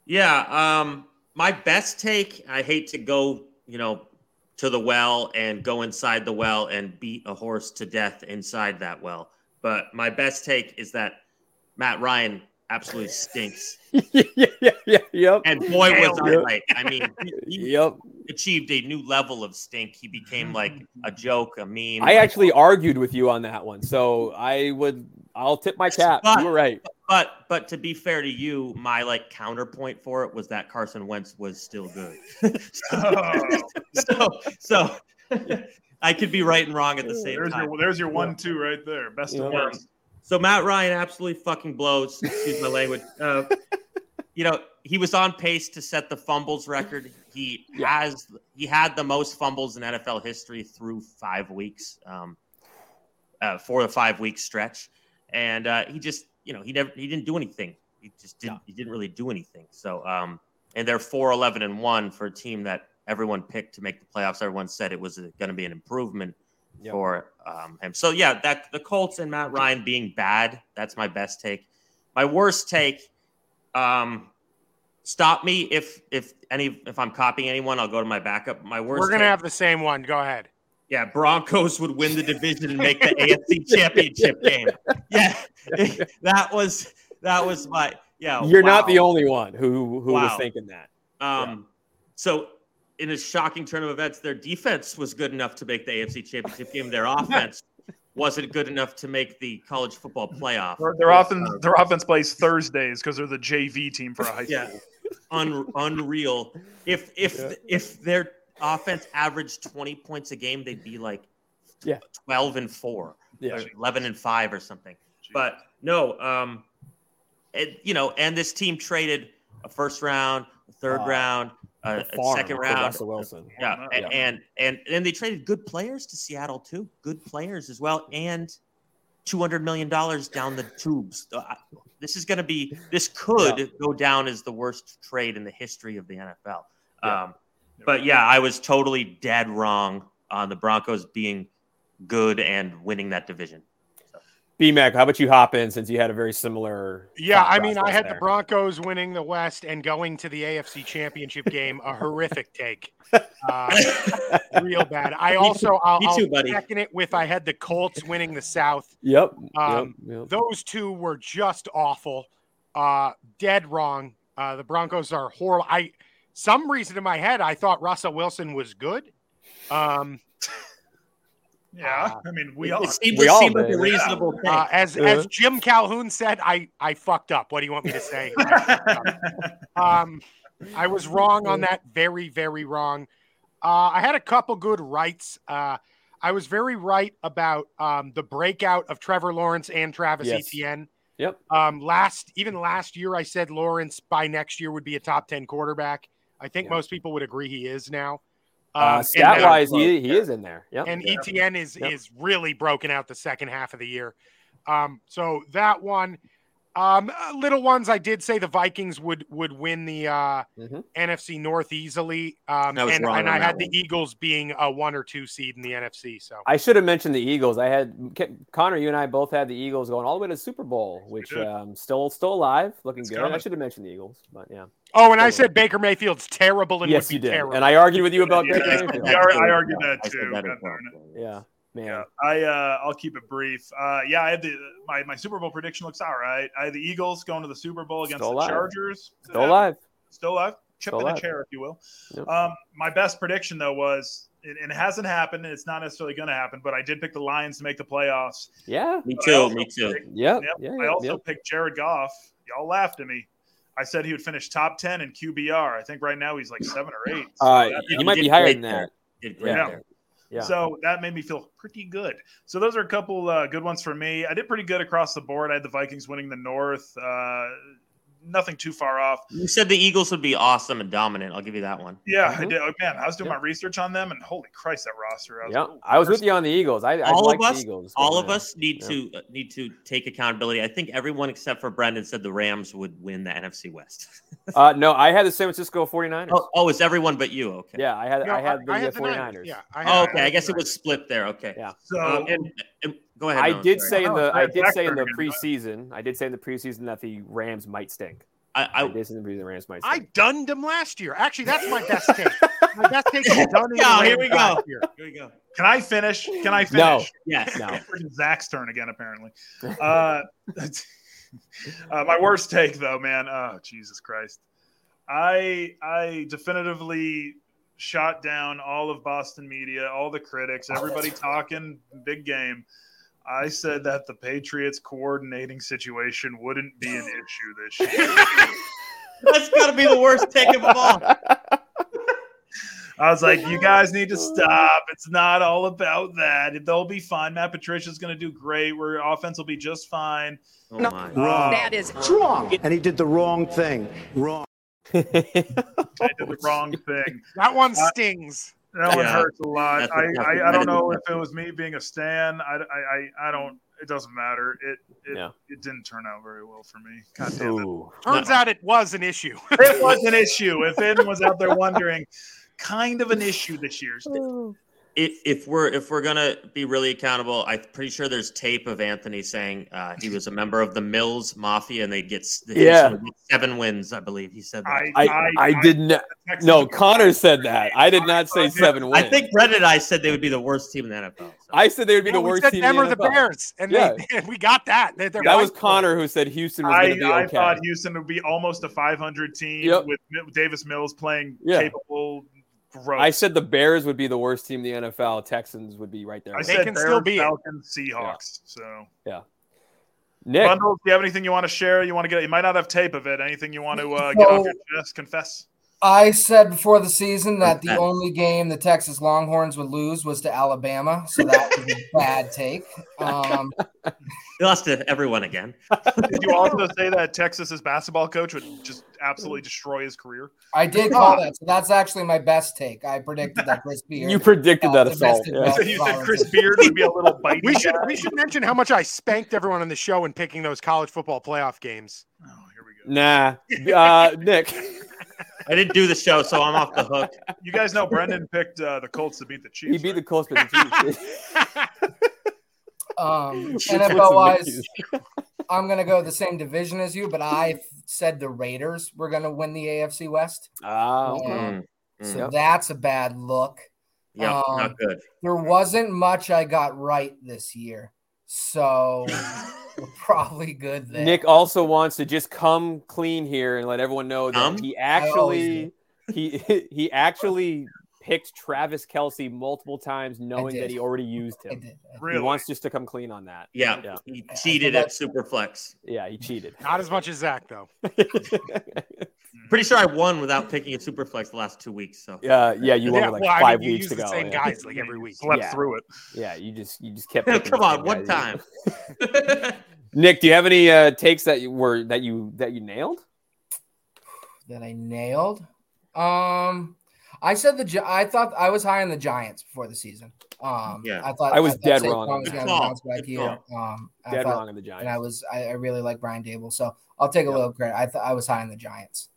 Yeah, um, my best take. I hate to go, you know, to the well and go inside the well and beat a horse to death inside that well. But my best take is that Matt Ryan absolutely stinks. yeah, yeah, yeah, yep, And boy, was Nailed I it. right. I mean, he, yep. he achieved a new level of stink. He became like a joke, a meme. I like- actually argued with you on that one, so I would. I'll tip my cap. But- you were right. But but to be fair to you, my like counterpoint for it was that Carson Wentz was still good. Oh, so so I could be right and wrong at the same there's time. your there's your one two right there. Best Yeah. of worst. So Matt Ryan absolutely fucking blows. Excuse my language. Uh, you know he was on pace to set the fumbles record. He Yeah. has he had the most fumbles in NFL history through five weeks, um, uh, four to five week stretch, and uh, he just you know he never he didn't do anything. He just didn't he didn't really do anything. So um, and they're four eleven and one for a team that everyone picked to make the playoffs. Everyone said it was going to be an improvement Yep. for um, him. So yeah, that the Colts and Matt Ryan being bad, that's my best take. My worst take, um, stop me if if any if I'm copying anyone, I'll go to my backup. My worst We're going to take- have the same one. Go ahead. yeah, Broncos would win the division and make the AFC championship game. Yeah. that was that was my yeah. You're not wow. the only one who who was Wow. thinking that. Um, So, in a shocking turn of events, their defense was good enough to make the AFC Championship game. Their offense wasn't good enough to make the college football playoff. Their, their often uh, their offense plays Thursdays because they're the JV team for a high school. Yeah, un- unreal. If if Yeah. if their offense averaged twenty points a game, they'd be like Yeah. twelve and four, Yeah. or eleven and five, or something. But no, um, it, you know, and this team traded a first round, a third Uh, round, a, The a farm second for round, Russell Wilson. Yeah, Yeah. and, and and and they traded good players to Seattle too, good players as well, and two hundred million dollars down the tubes. Uh, I- This is going to be this could go down as the worst trade in the history of the NFL. Yeah. Um, but yeah, I was totally dead wrong on the Broncos being good and winning that division. B Mac, how about you hop in since you had a very similar? Yeah, thought I mean, I process had the there. Broncos winning the West and going to the AFC Championship game. A horrific take, uh, real bad. I also, I'll, Me I'll too, buddy. second it with I had the Colts winning the South. Yep. Um, yep, yep. Those two were just awful, uh, dead wrong. Uh, the Broncos are horrible. I, some reason in my head, I thought Russell Wilson was good. Um, Yeah, Ah. I mean we all. it seemed, We it all seemed like a did. reasonable thing. Uh, as Yeah. as Jim Calhoun said, I I fucked up. What do you want me to say? I fucked up. um, I was wrong on that. Very very wrong. Uh, I had a couple good rights. Uh, I was very right about um, the breakout of Trevor Lawrence and Travis Yes. Etienne. Yep. Um, last even last year, I said Lawrence by next year would be a top ten quarterback. I think Yeah. most people would agree he is now. Uh, Um, and stat now- wise, he, he is in there. Yep. and Yeah. ETN is Oh, Yep. is really broken out the second half of the year. Um, so that one, Um, uh, little ones. I did say the Vikings would would win the uh, Mhm. NFC North easily, um, I was and, wrong and on I that had one. the Eagles being a one or two seed in the NFC. So I should have mentioned the Eagles. I had Ke- Connor. You and I both had the Eagles going all the way to the Super Bowl, which did. um, still still alive, looking It's good. I coming. should have mentioned the Eagles, but yeah. oh, and I said Baker Mayfield's terrible and yes, would be you did, terrible. and I argued with you about Yeah, Baker yeah, Mayfield. yeah, I argued that I said too. that as God darn well. Yeah, man. Yeah, I uh, I'll keep it brief. Uh, yeah, I had the my, my Super Bowl prediction looks all right. I had the Eagles going to the Super Bowl against Still the alive. Chargers. Still alive. Still alive. Chip Still in alive. a chair, if you will. Yep. Um, my best prediction though was, and and it hasn't happened, and it's not necessarily going to happen, but I did pick the Lions to make the playoffs. Yeah. Me But I too. also Me too. picked- Yep. Yep. Yeah. I yeah, also yep. picked Jared Goff. Y'all laughed at me. I said he would finish top ten in QBR. I think right now he's like seven or eight. So Uh, that- you might be did higher great than that. Did great Yeah. there. Yeah. So that made me feel pretty good. So those are a couple uh, good ones for me. I did pretty good across the board. I had the Vikings winning the North. Uh, nothing too far off. You said the Eagles would be awesome and dominant. I'll give you that one. Yeah, I Mhm. did. Oh, man, I was doing Yeah. my research on them, and holy Christ, that roster. I was, Yeah, oh, I was with first- you on the Eagles. I, I All of like us- the Eagles. All but, of yeah. us need Yeah. to uh, need to take accountability. I think everyone except for Brendan said the Rams would win the NFC West. Uh, no, I had the San Francisco 49ers. oh, oh, it's everyone but you. Okay. Yeah, I had No, I had the, uh, Niners. 49ers. Yeah, I Oh, had okay. I guess it was split there. Okay. Yeah. So Um, and, and- go ahead. I Noah, did sorry. say in Oh, the I I had did say in the Blackburn preseason I did say in the preseason that the Rams might stink. I, I, I, did say in the preseason the Rams might I stink. dunned them last year. Actually, that's my best take. My best take is done. Yeah, here we go. Year. Here we go. Can I finish? Can I No. finish? Yes. No. Freaking Zach's turn again, apparently. Uh, uh, my worst take, though, man. Oh, Jesus Christ. I I definitively shot down all of Boston media, all the critics, everybody talking big game. I said that the Patriots coordinating situation wouldn't be an issue this year. That's got to be the worst take of them all. I was like, you guys need to stop. It's not all about that. They'll be fine. Matt Patricia's going to do great. Where offense will be just fine. Oh, No. my. Uh, That is And he did the wrong thing. Wrong. I did the wrong thing. That one Uh, stings. That one Yeah. hurts a lot. That's a I, tough I, I don't one. know if it was me being a stan. I, I, I, I don't. It doesn't matter. It it, Yeah. it didn't turn out very well for me. God damn it. Ooh. Turns out it was an issue. It was an issue. If anyone's out there wondering, kind of an issue this year. if, if we're if we're gonna be really accountable, I'm pretty sure there's tape of Anthony saying uh, he was a member of the Mills Mafia and they get s- they Yeah. seven wins. I believe he said that. I I, I, I, did not. texted No, him. Connor said that. I did not say I- seven wins. think Brett and I said they would be the worst team in the NFL. So. I said they would be the Well, we worst said team. them in or the NFL. Bears, and Yeah. they, and we got that. They- they're That was white. Connor who said Houston was I, going to be I okay. thought Houston would be almost a 500 team Yep. with Mi- Davis Mills playing Yeah. capable. Growth. I said the Bears would be the worst team in the NFL. Texans would be right there. I with They said them. can Bears, still be it. Falcons, Seahawks. So Nick, Bundle, do you have anything you want to share? You want to get? You might not have tape of it. Anything you want to uh, get No. off your chest? Confess. I said before the season that the Okay. only game the Texas Longhorns would lose was to Alabama, so that was a bad take. Um, They lost to everyone again. Did you also say that Texas's basketball coach would just absolutely destroy his career? I did call that, so that's actually my best take. I predicted that Chris Beard. you predicted that assault. Domestic Yeah. violence. you said Chris Beard would be a little bitey. We should guy. we should mention how much I spanked everyone on the show in picking those college football playoff games. Oh, here we Nah, uh, Nick. I didn't do the show, so I'm off the hook. go. You guys know Brendan picked uh, the Colts to beat the Chiefs. He beat the right? Colts, but the Chiefs. Um, Which NFL was wise, amazing. I'm gonna go the same division as you, but I said the Raiders were gonna win the AFC West, Ah, okay. Mm, so Yep. that's a bad look. yeah, Um, not good. There wasn't much I got right this year, so we're probably good there. Nick also wants to just come clean here and let everyone know that Come? he always actually he he actually picked Travis Kelsey multiple times, knowing that did. he already used I him. did. He Really? wants just to come clean on that. Yeah, Yeah. he I cheated think at Superflex. Yeah, he cheated. Not as much as Zach though. Pretty sure I won without picking at Superflex the last two weeks. So yeah, yeah, you won yeah, with like well, I five mean, you weeks use ago. the same yeah. guys like every week. Slept Yeah. through it. Yeah, you just you just kept. picking come the on, same one guys. time. Nick, do you have any uh, takes that you were that you that you nailed? that I nailed. Um, I said the Gi- I thought I was high on the Giants before the season. Um, Yeah. I thought I was thought dead Saquon wrong on was that. gonna Good call. bounce back Good here. Um, I Dead thought- wrong on the Giants. And I was I, I really like Brian Dable, so I'll take a Yep. little credit. I thought I was high on the Giants.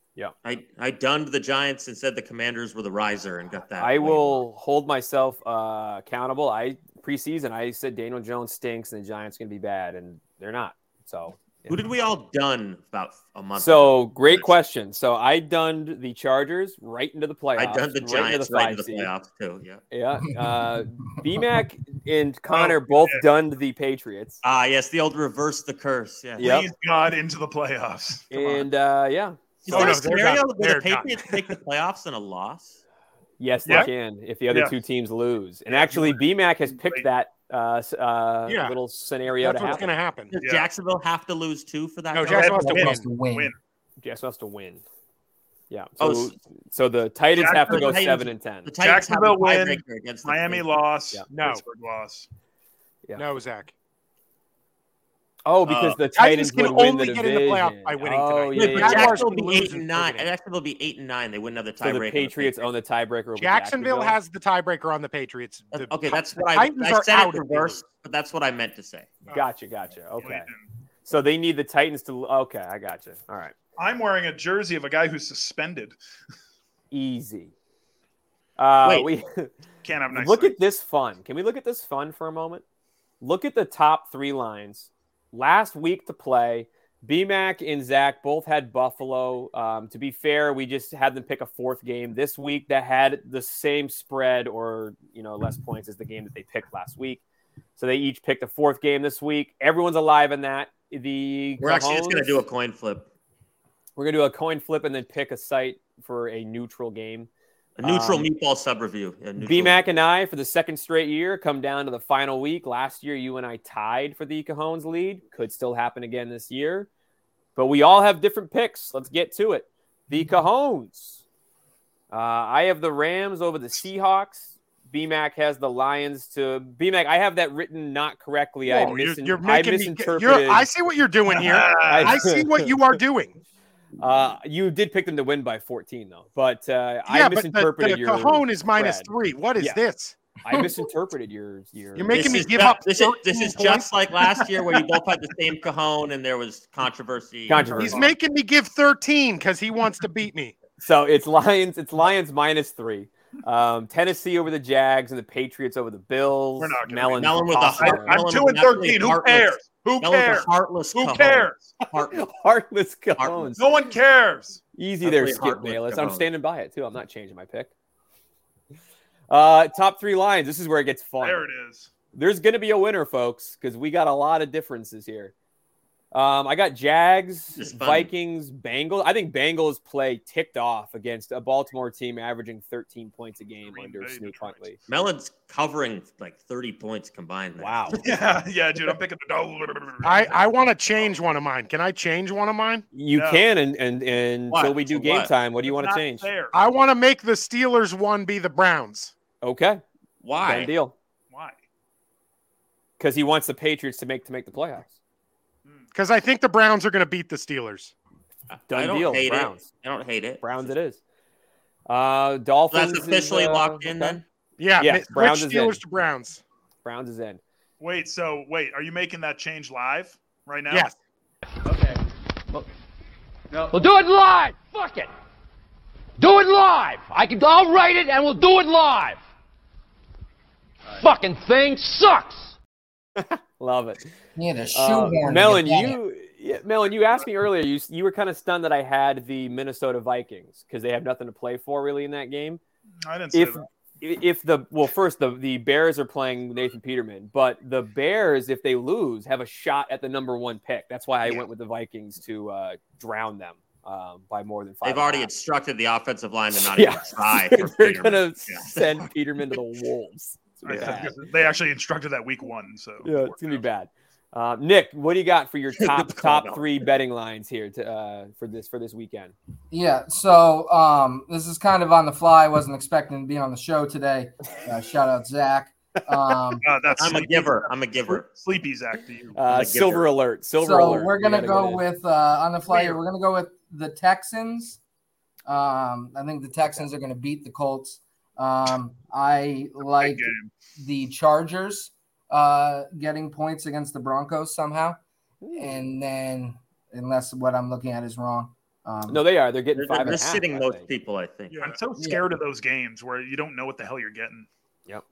I, I dunned the Giants and said the Commanders were the riser and got that. I way will hold myself uh, accountable. I preseason I said Daniel Jones stinks and the Giants gonna be bad, and they're not. So wrong. Who did we all dun about a month? ago? So great Yes. question. So I dunned the Chargers right into the playoffs. I dunned the right Giants right into the five seed. playoffs too. Yeah. Yeah. Uh, BMAC and Connor both dunned the Patriots. Oh, Ah, yes, the old reverse the curse. Yeah. Yep. Please God into the playoffs. Come on. And uh, yeah, Is Oh, there no, a they're done. scenario where the They're done. Patriots make the playoffs in a loss? yes, they Yeah. can if the other Yeah. two teams lose. And actually, BMAC has picked that uh, s- uh, Yeah. little scenario That's to what's happen. going to happen. Does Yeah. Jacksonville have to lose two for that? No, to Jackson wants That's to win. win. Wants to win. Win. Jacksonville has to win. Yeah. So, Oh, so the Titans have to go Jacksonville- seven and ten. The Titans have a Jacksonville win. tiebreaker against the Miami Patriots. loss. Yeah. No. Pittsburgh loss. Yeah. No, Zach. Oh, because Uh, the Titans, Titans can would win the only get in the playoff division. by winning Oh, tonight. yeah, Wait, but yeah, yeah. Jaguars Jacksonville can will be lose eight and and still nine. get in. Jacksonville will be eight and nine. They wouldn't have So the tiebreaker. the with Patriots own the tiebreaker. over Jacksonville has the tiebreaker on the Patriots. That's- Uh, The okay, that's Ti- what I, Titans I are said out it if they reverse, lose. but that's what I meant to say. Gotcha, gotcha. Okay. Win. So they need the Titans to. Okay, I gotcha. All right, I'm wearing a jersey of a guy who's suspended. easy. Uh, we Can't have nice. look things. at this fun. Can we look at this fun for a moment? Look at the top three lines. Last week to play, BMAC and Zach both had Buffalo. Um, to be fair, we just had them pick a fourth game this week that had the same spread or you know less points as the game that they picked last week. So they each picked a fourth game this week. Everyone's alive in that. The We're actually just going Cajones- to do a coin flip. We're gonna do a coin flip and then pick a site for a neutral game. A neutral Um, meatball sub review. A neutral- BMAC and I, for the second straight year, come down to the final week. Last year, you and I tied for the Cajones lead. Could still happen again this year, but we all have different picks. Let's get to it. The Mm-hmm. Cajones. Uh, I have the Rams over the Seahawks. BMAC has the Lions to BMAC. I have that written not correctly. I, Whoa, you're, misin- you're I making me. misinterpreted. You're, I see what you're doing here. I see what you are doing. Uh, you did pick them to win by 14, though. But uh, Yeah, I but the, misinterpreted the your. Cajon is minus spread. three. What is Yeah. this? I misinterpreted your. your You're This making me is give ju- up This is, this 13 is just like last year where you both had the same cajon and there was controversy. Controversy. He's making me give 13 because he wants to beat me. so it's Lions. It's Lions minus three. Um, Tennessee over the Jags and the Patriots over the Bills. We're not gonna Melon. Melon with the I, heart- heartless, I'm Maryland two and was absolutely thirteen. Who heartless. cares? Who That was a cares? heartless Who cajon. cares? Heartless. heartless Heartless. cojones. No one cares. Easy there, Definitely Skip heartless Bayless. I'm cojones. standing by it too. I'm not changing my pick. Uh, top three lines. This is where it gets fun. There it is. there's going to be a winner, folks, because we got a lot of differences here. Um, I got This is Jags, fun. Vikings, Bengals. I think Bengals play ticked off against a Baltimore team averaging 13 points a game Green under Bay, Snoop Detroit. Huntley. Melon's covering like 30 points combined. there. Wow. Yeah, yeah, dude. I'm picking the dog. I, I want to change one of mine. Can I change one of mine? You No. can and and, and What? until we do So game what? time. What do you want to change? Fair. I want to make the Steelers one be the Browns. Okay, done Why? deal. Why? Because he wants the Patriots to make to make the playoffs. Because I think the Browns are going to beat the Steelers. I Done don't deal. hate Browns. it. I don't hate it. Browns. It is. Uh, So Dolphins. that's is, officially uh, locked in okay. then. Yeah, Yeah, ma- switch Browns is Steelers in. to Browns. Browns is in. Wait. So wait. Are you making that change live right now? Yes. Okay. We'll do it live. Fuck it. Do it live. I can. I'll write it, and we'll do it live. Fucking thing sucks. Love it. He had a Uh, shoehorn. to Melon, get that in. you yeah, Melon, you asked me earlier. You you were kind of stunned that I had the Minnesota Vikings because they have nothing to play for really in that game. I didn't say If that. if the well, first the the Bears are playing Nathan Peterman, but the Bears, if they lose, have a shot at the number one pick. That's why I went with the Vikings to uh, drown them um, by more than five. They've and a already half. instructed the offensive line to not Yeah. even try. for They're Peterman. gonna Yeah. send Peterman to the wolves. It's I gonna be thought- bad. They actually instructed that week one. So Yeah, it's gonna be bad. Uh, Nick, what do you got for your top Good call, top Mel. three betting lines here to, uh, for this for this weekend? Yeah, so um, this is kind of on the fly. I wasn't expecting to be on the show today. Uh, shout out Zach. Um, Uh, that's I'm a sleepy- giver. I'm a giver. Sleepy Zach to you. Uh, Like, silver give alert. Silver so alert. we're We gonna gotta go get it. with uh, on the fly. here, We're gonna go with the Texans Um, I think the Texans are going to beat the Colts. Um, I like game. the Chargers uh, getting points against the Broncos somehow, and then unless what I'm looking at is wrong, um, No, they are. They're getting They're, five. and a they're half, sitting I most think. people, I think. I'm so scared of those games where you don't know what the hell you're getting.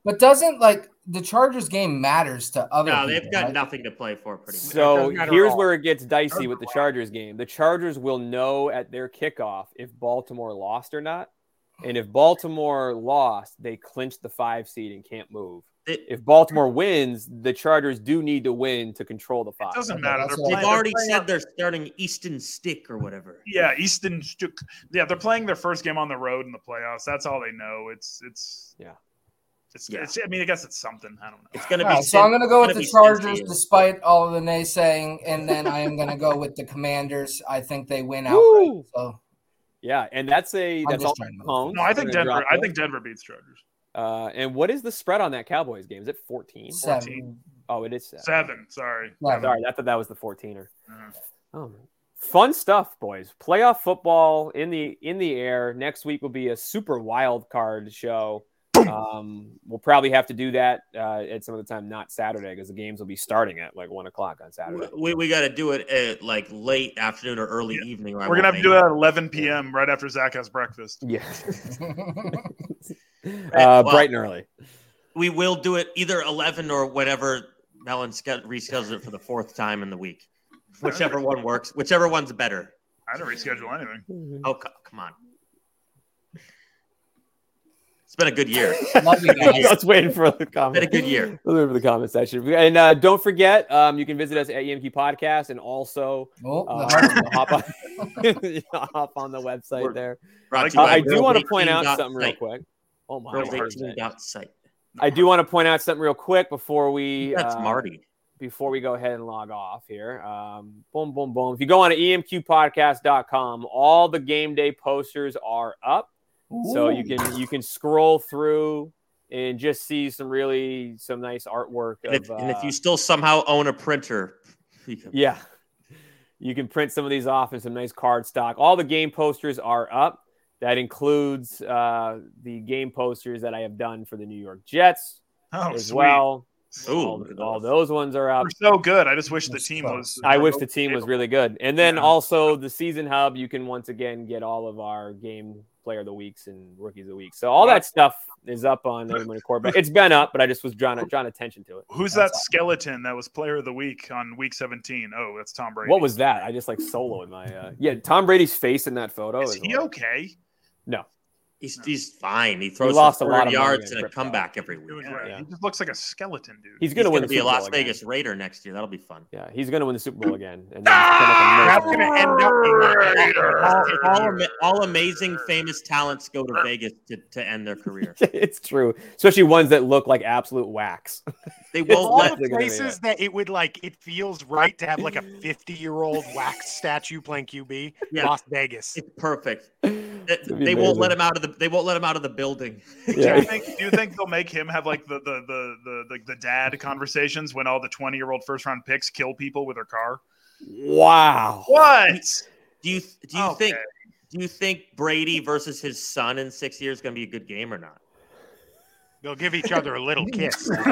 but doesn't like the Chargers game matters to other? No, they've people, got right? nothing to play for, pretty much. So doesn't matter at here's all. where it gets dicey with the Chargers game. The Chargers will know at their kickoff if Baltimore lost or not. And if Baltimore lost, they clinch the five seed and can't move. They- If Baltimore wins, the Chargers do need to win to control the It five. doesn't Okay, matter. that's They're what I playing, They've thought. already said they're starting Easton Stick or whatever. yeah, Easton. Stuck- Yeah, they're playing their first game on the road in the playoffs. That's all they know. It's it's Yeah. It's, Yeah. it's I mean, I guess it's something. I don't know. It's going to All be. right, so I'm Sin- going to go with gonna the be Cincy. Chargers despite all of the naysaying, and then I am going to go with the Commanders. I think they win out. Woo! So Yeah, and that's a I'm that's just all. trying to- Cones. No, I think They're gonna Denver. drop I it. think Denver beats Chargers Uh, and what is the spread on that Cowboys game? Is it 14? seven. Oh, it is seven. seven. Sorry. Seven. Sorry, I thought that was the 14er. Mhm. Oh, man. fun stuff, boys. Playoff football in the in the air. Next week will be a super wild card show. Um, we'll probably have to do that uh, at some other time, not Saturday, because the games will be starting at like one o'clock on Saturday. We, we got to do it at like late afternoon or early Yeah. evening. We're gonna have to do it at 11 p.m. right after Zach has breakfast. Yeah, uh, Well- bright and early. We will do it either 11 or whatever Melon sched- reschedules it for the fourth time in the week. Whichever one works, whichever one's better. I didn't reschedule anything. Oh, co- come on. It's been a good year. Love you guys. I was waiting for the comment. Been a good year. I was waiting for the comment section. And uh, don't forget, um, you can visit us at EMQ Podcast and also Oh, uh, the hard- hop, on, hop on the website We're- there. Brought Uh, you by I do want to World point 18 out dot something real site. quick. Oh my World word. 18 dot site. I do want to point out something real quick before we That's uh, Marty. before we go ahead and log off here. Um, boom, boom, boom. If you go on to E emqpodcast.com, all the game day posters are up. So you can you can scroll through and just see some really some nice artwork. And if, of, and if uh, you still somehow own a printer, you can- yeah. You can print some of these off and some nice card stock. All the game posters are up. That includes uh, the game posters that I have done for the New York Jets Oh, as sweet. well. Ooh, all, look at all those. those ones are up. We're so good. I just wish the That's team tough. was. I wish the team was really good. And then Yeah. also the season hub, you can once again get all of our game player of the weeks and rookies of the week. So all that stuff is up on everyone quarterback. It's been up, but I just was drawing drawing attention to it. Who's that skeleton that was player of the week on week 17? Oh, that's Tom Brady. What was that? I just like soloed my uh, yeah. Tom Brady's face in that photo Is is he okay? He's, he's fine. He throws lost a for lot of 30 money yards on and a crypto. comeback every He was week. right. Yeah. He just looks like a skeleton, dude. He's He's gonna win going to the be a Super Bowl Las again. Vegas Raider next year. That'll be fun. Yeah, he's gonna win the Super Bowl again. And then he's gonna Ah! That's come going back. to end up being All, a- all ama- all amazing, famous talents go to Vegas to, to end their career. it's true, especially ones that look like absolute wax. They won't all let. the they're gonna be places that it would like it feels right to have like a 50 year old wax statue playing QB. Yeah. Las Vegas. It's perfect. They, It'd be they won't amazing. let him out of the. They won't let him out of the building. Do you Yeah. think do you think they'll make him have like the the the the, the, the dad conversations when all the 20 year old first round picks kill people with their car? Wow. What? Do you? Do you Okay. think? Do you think Brady versus his son in six years is going to be a good game or not? They'll give each other a little kiss.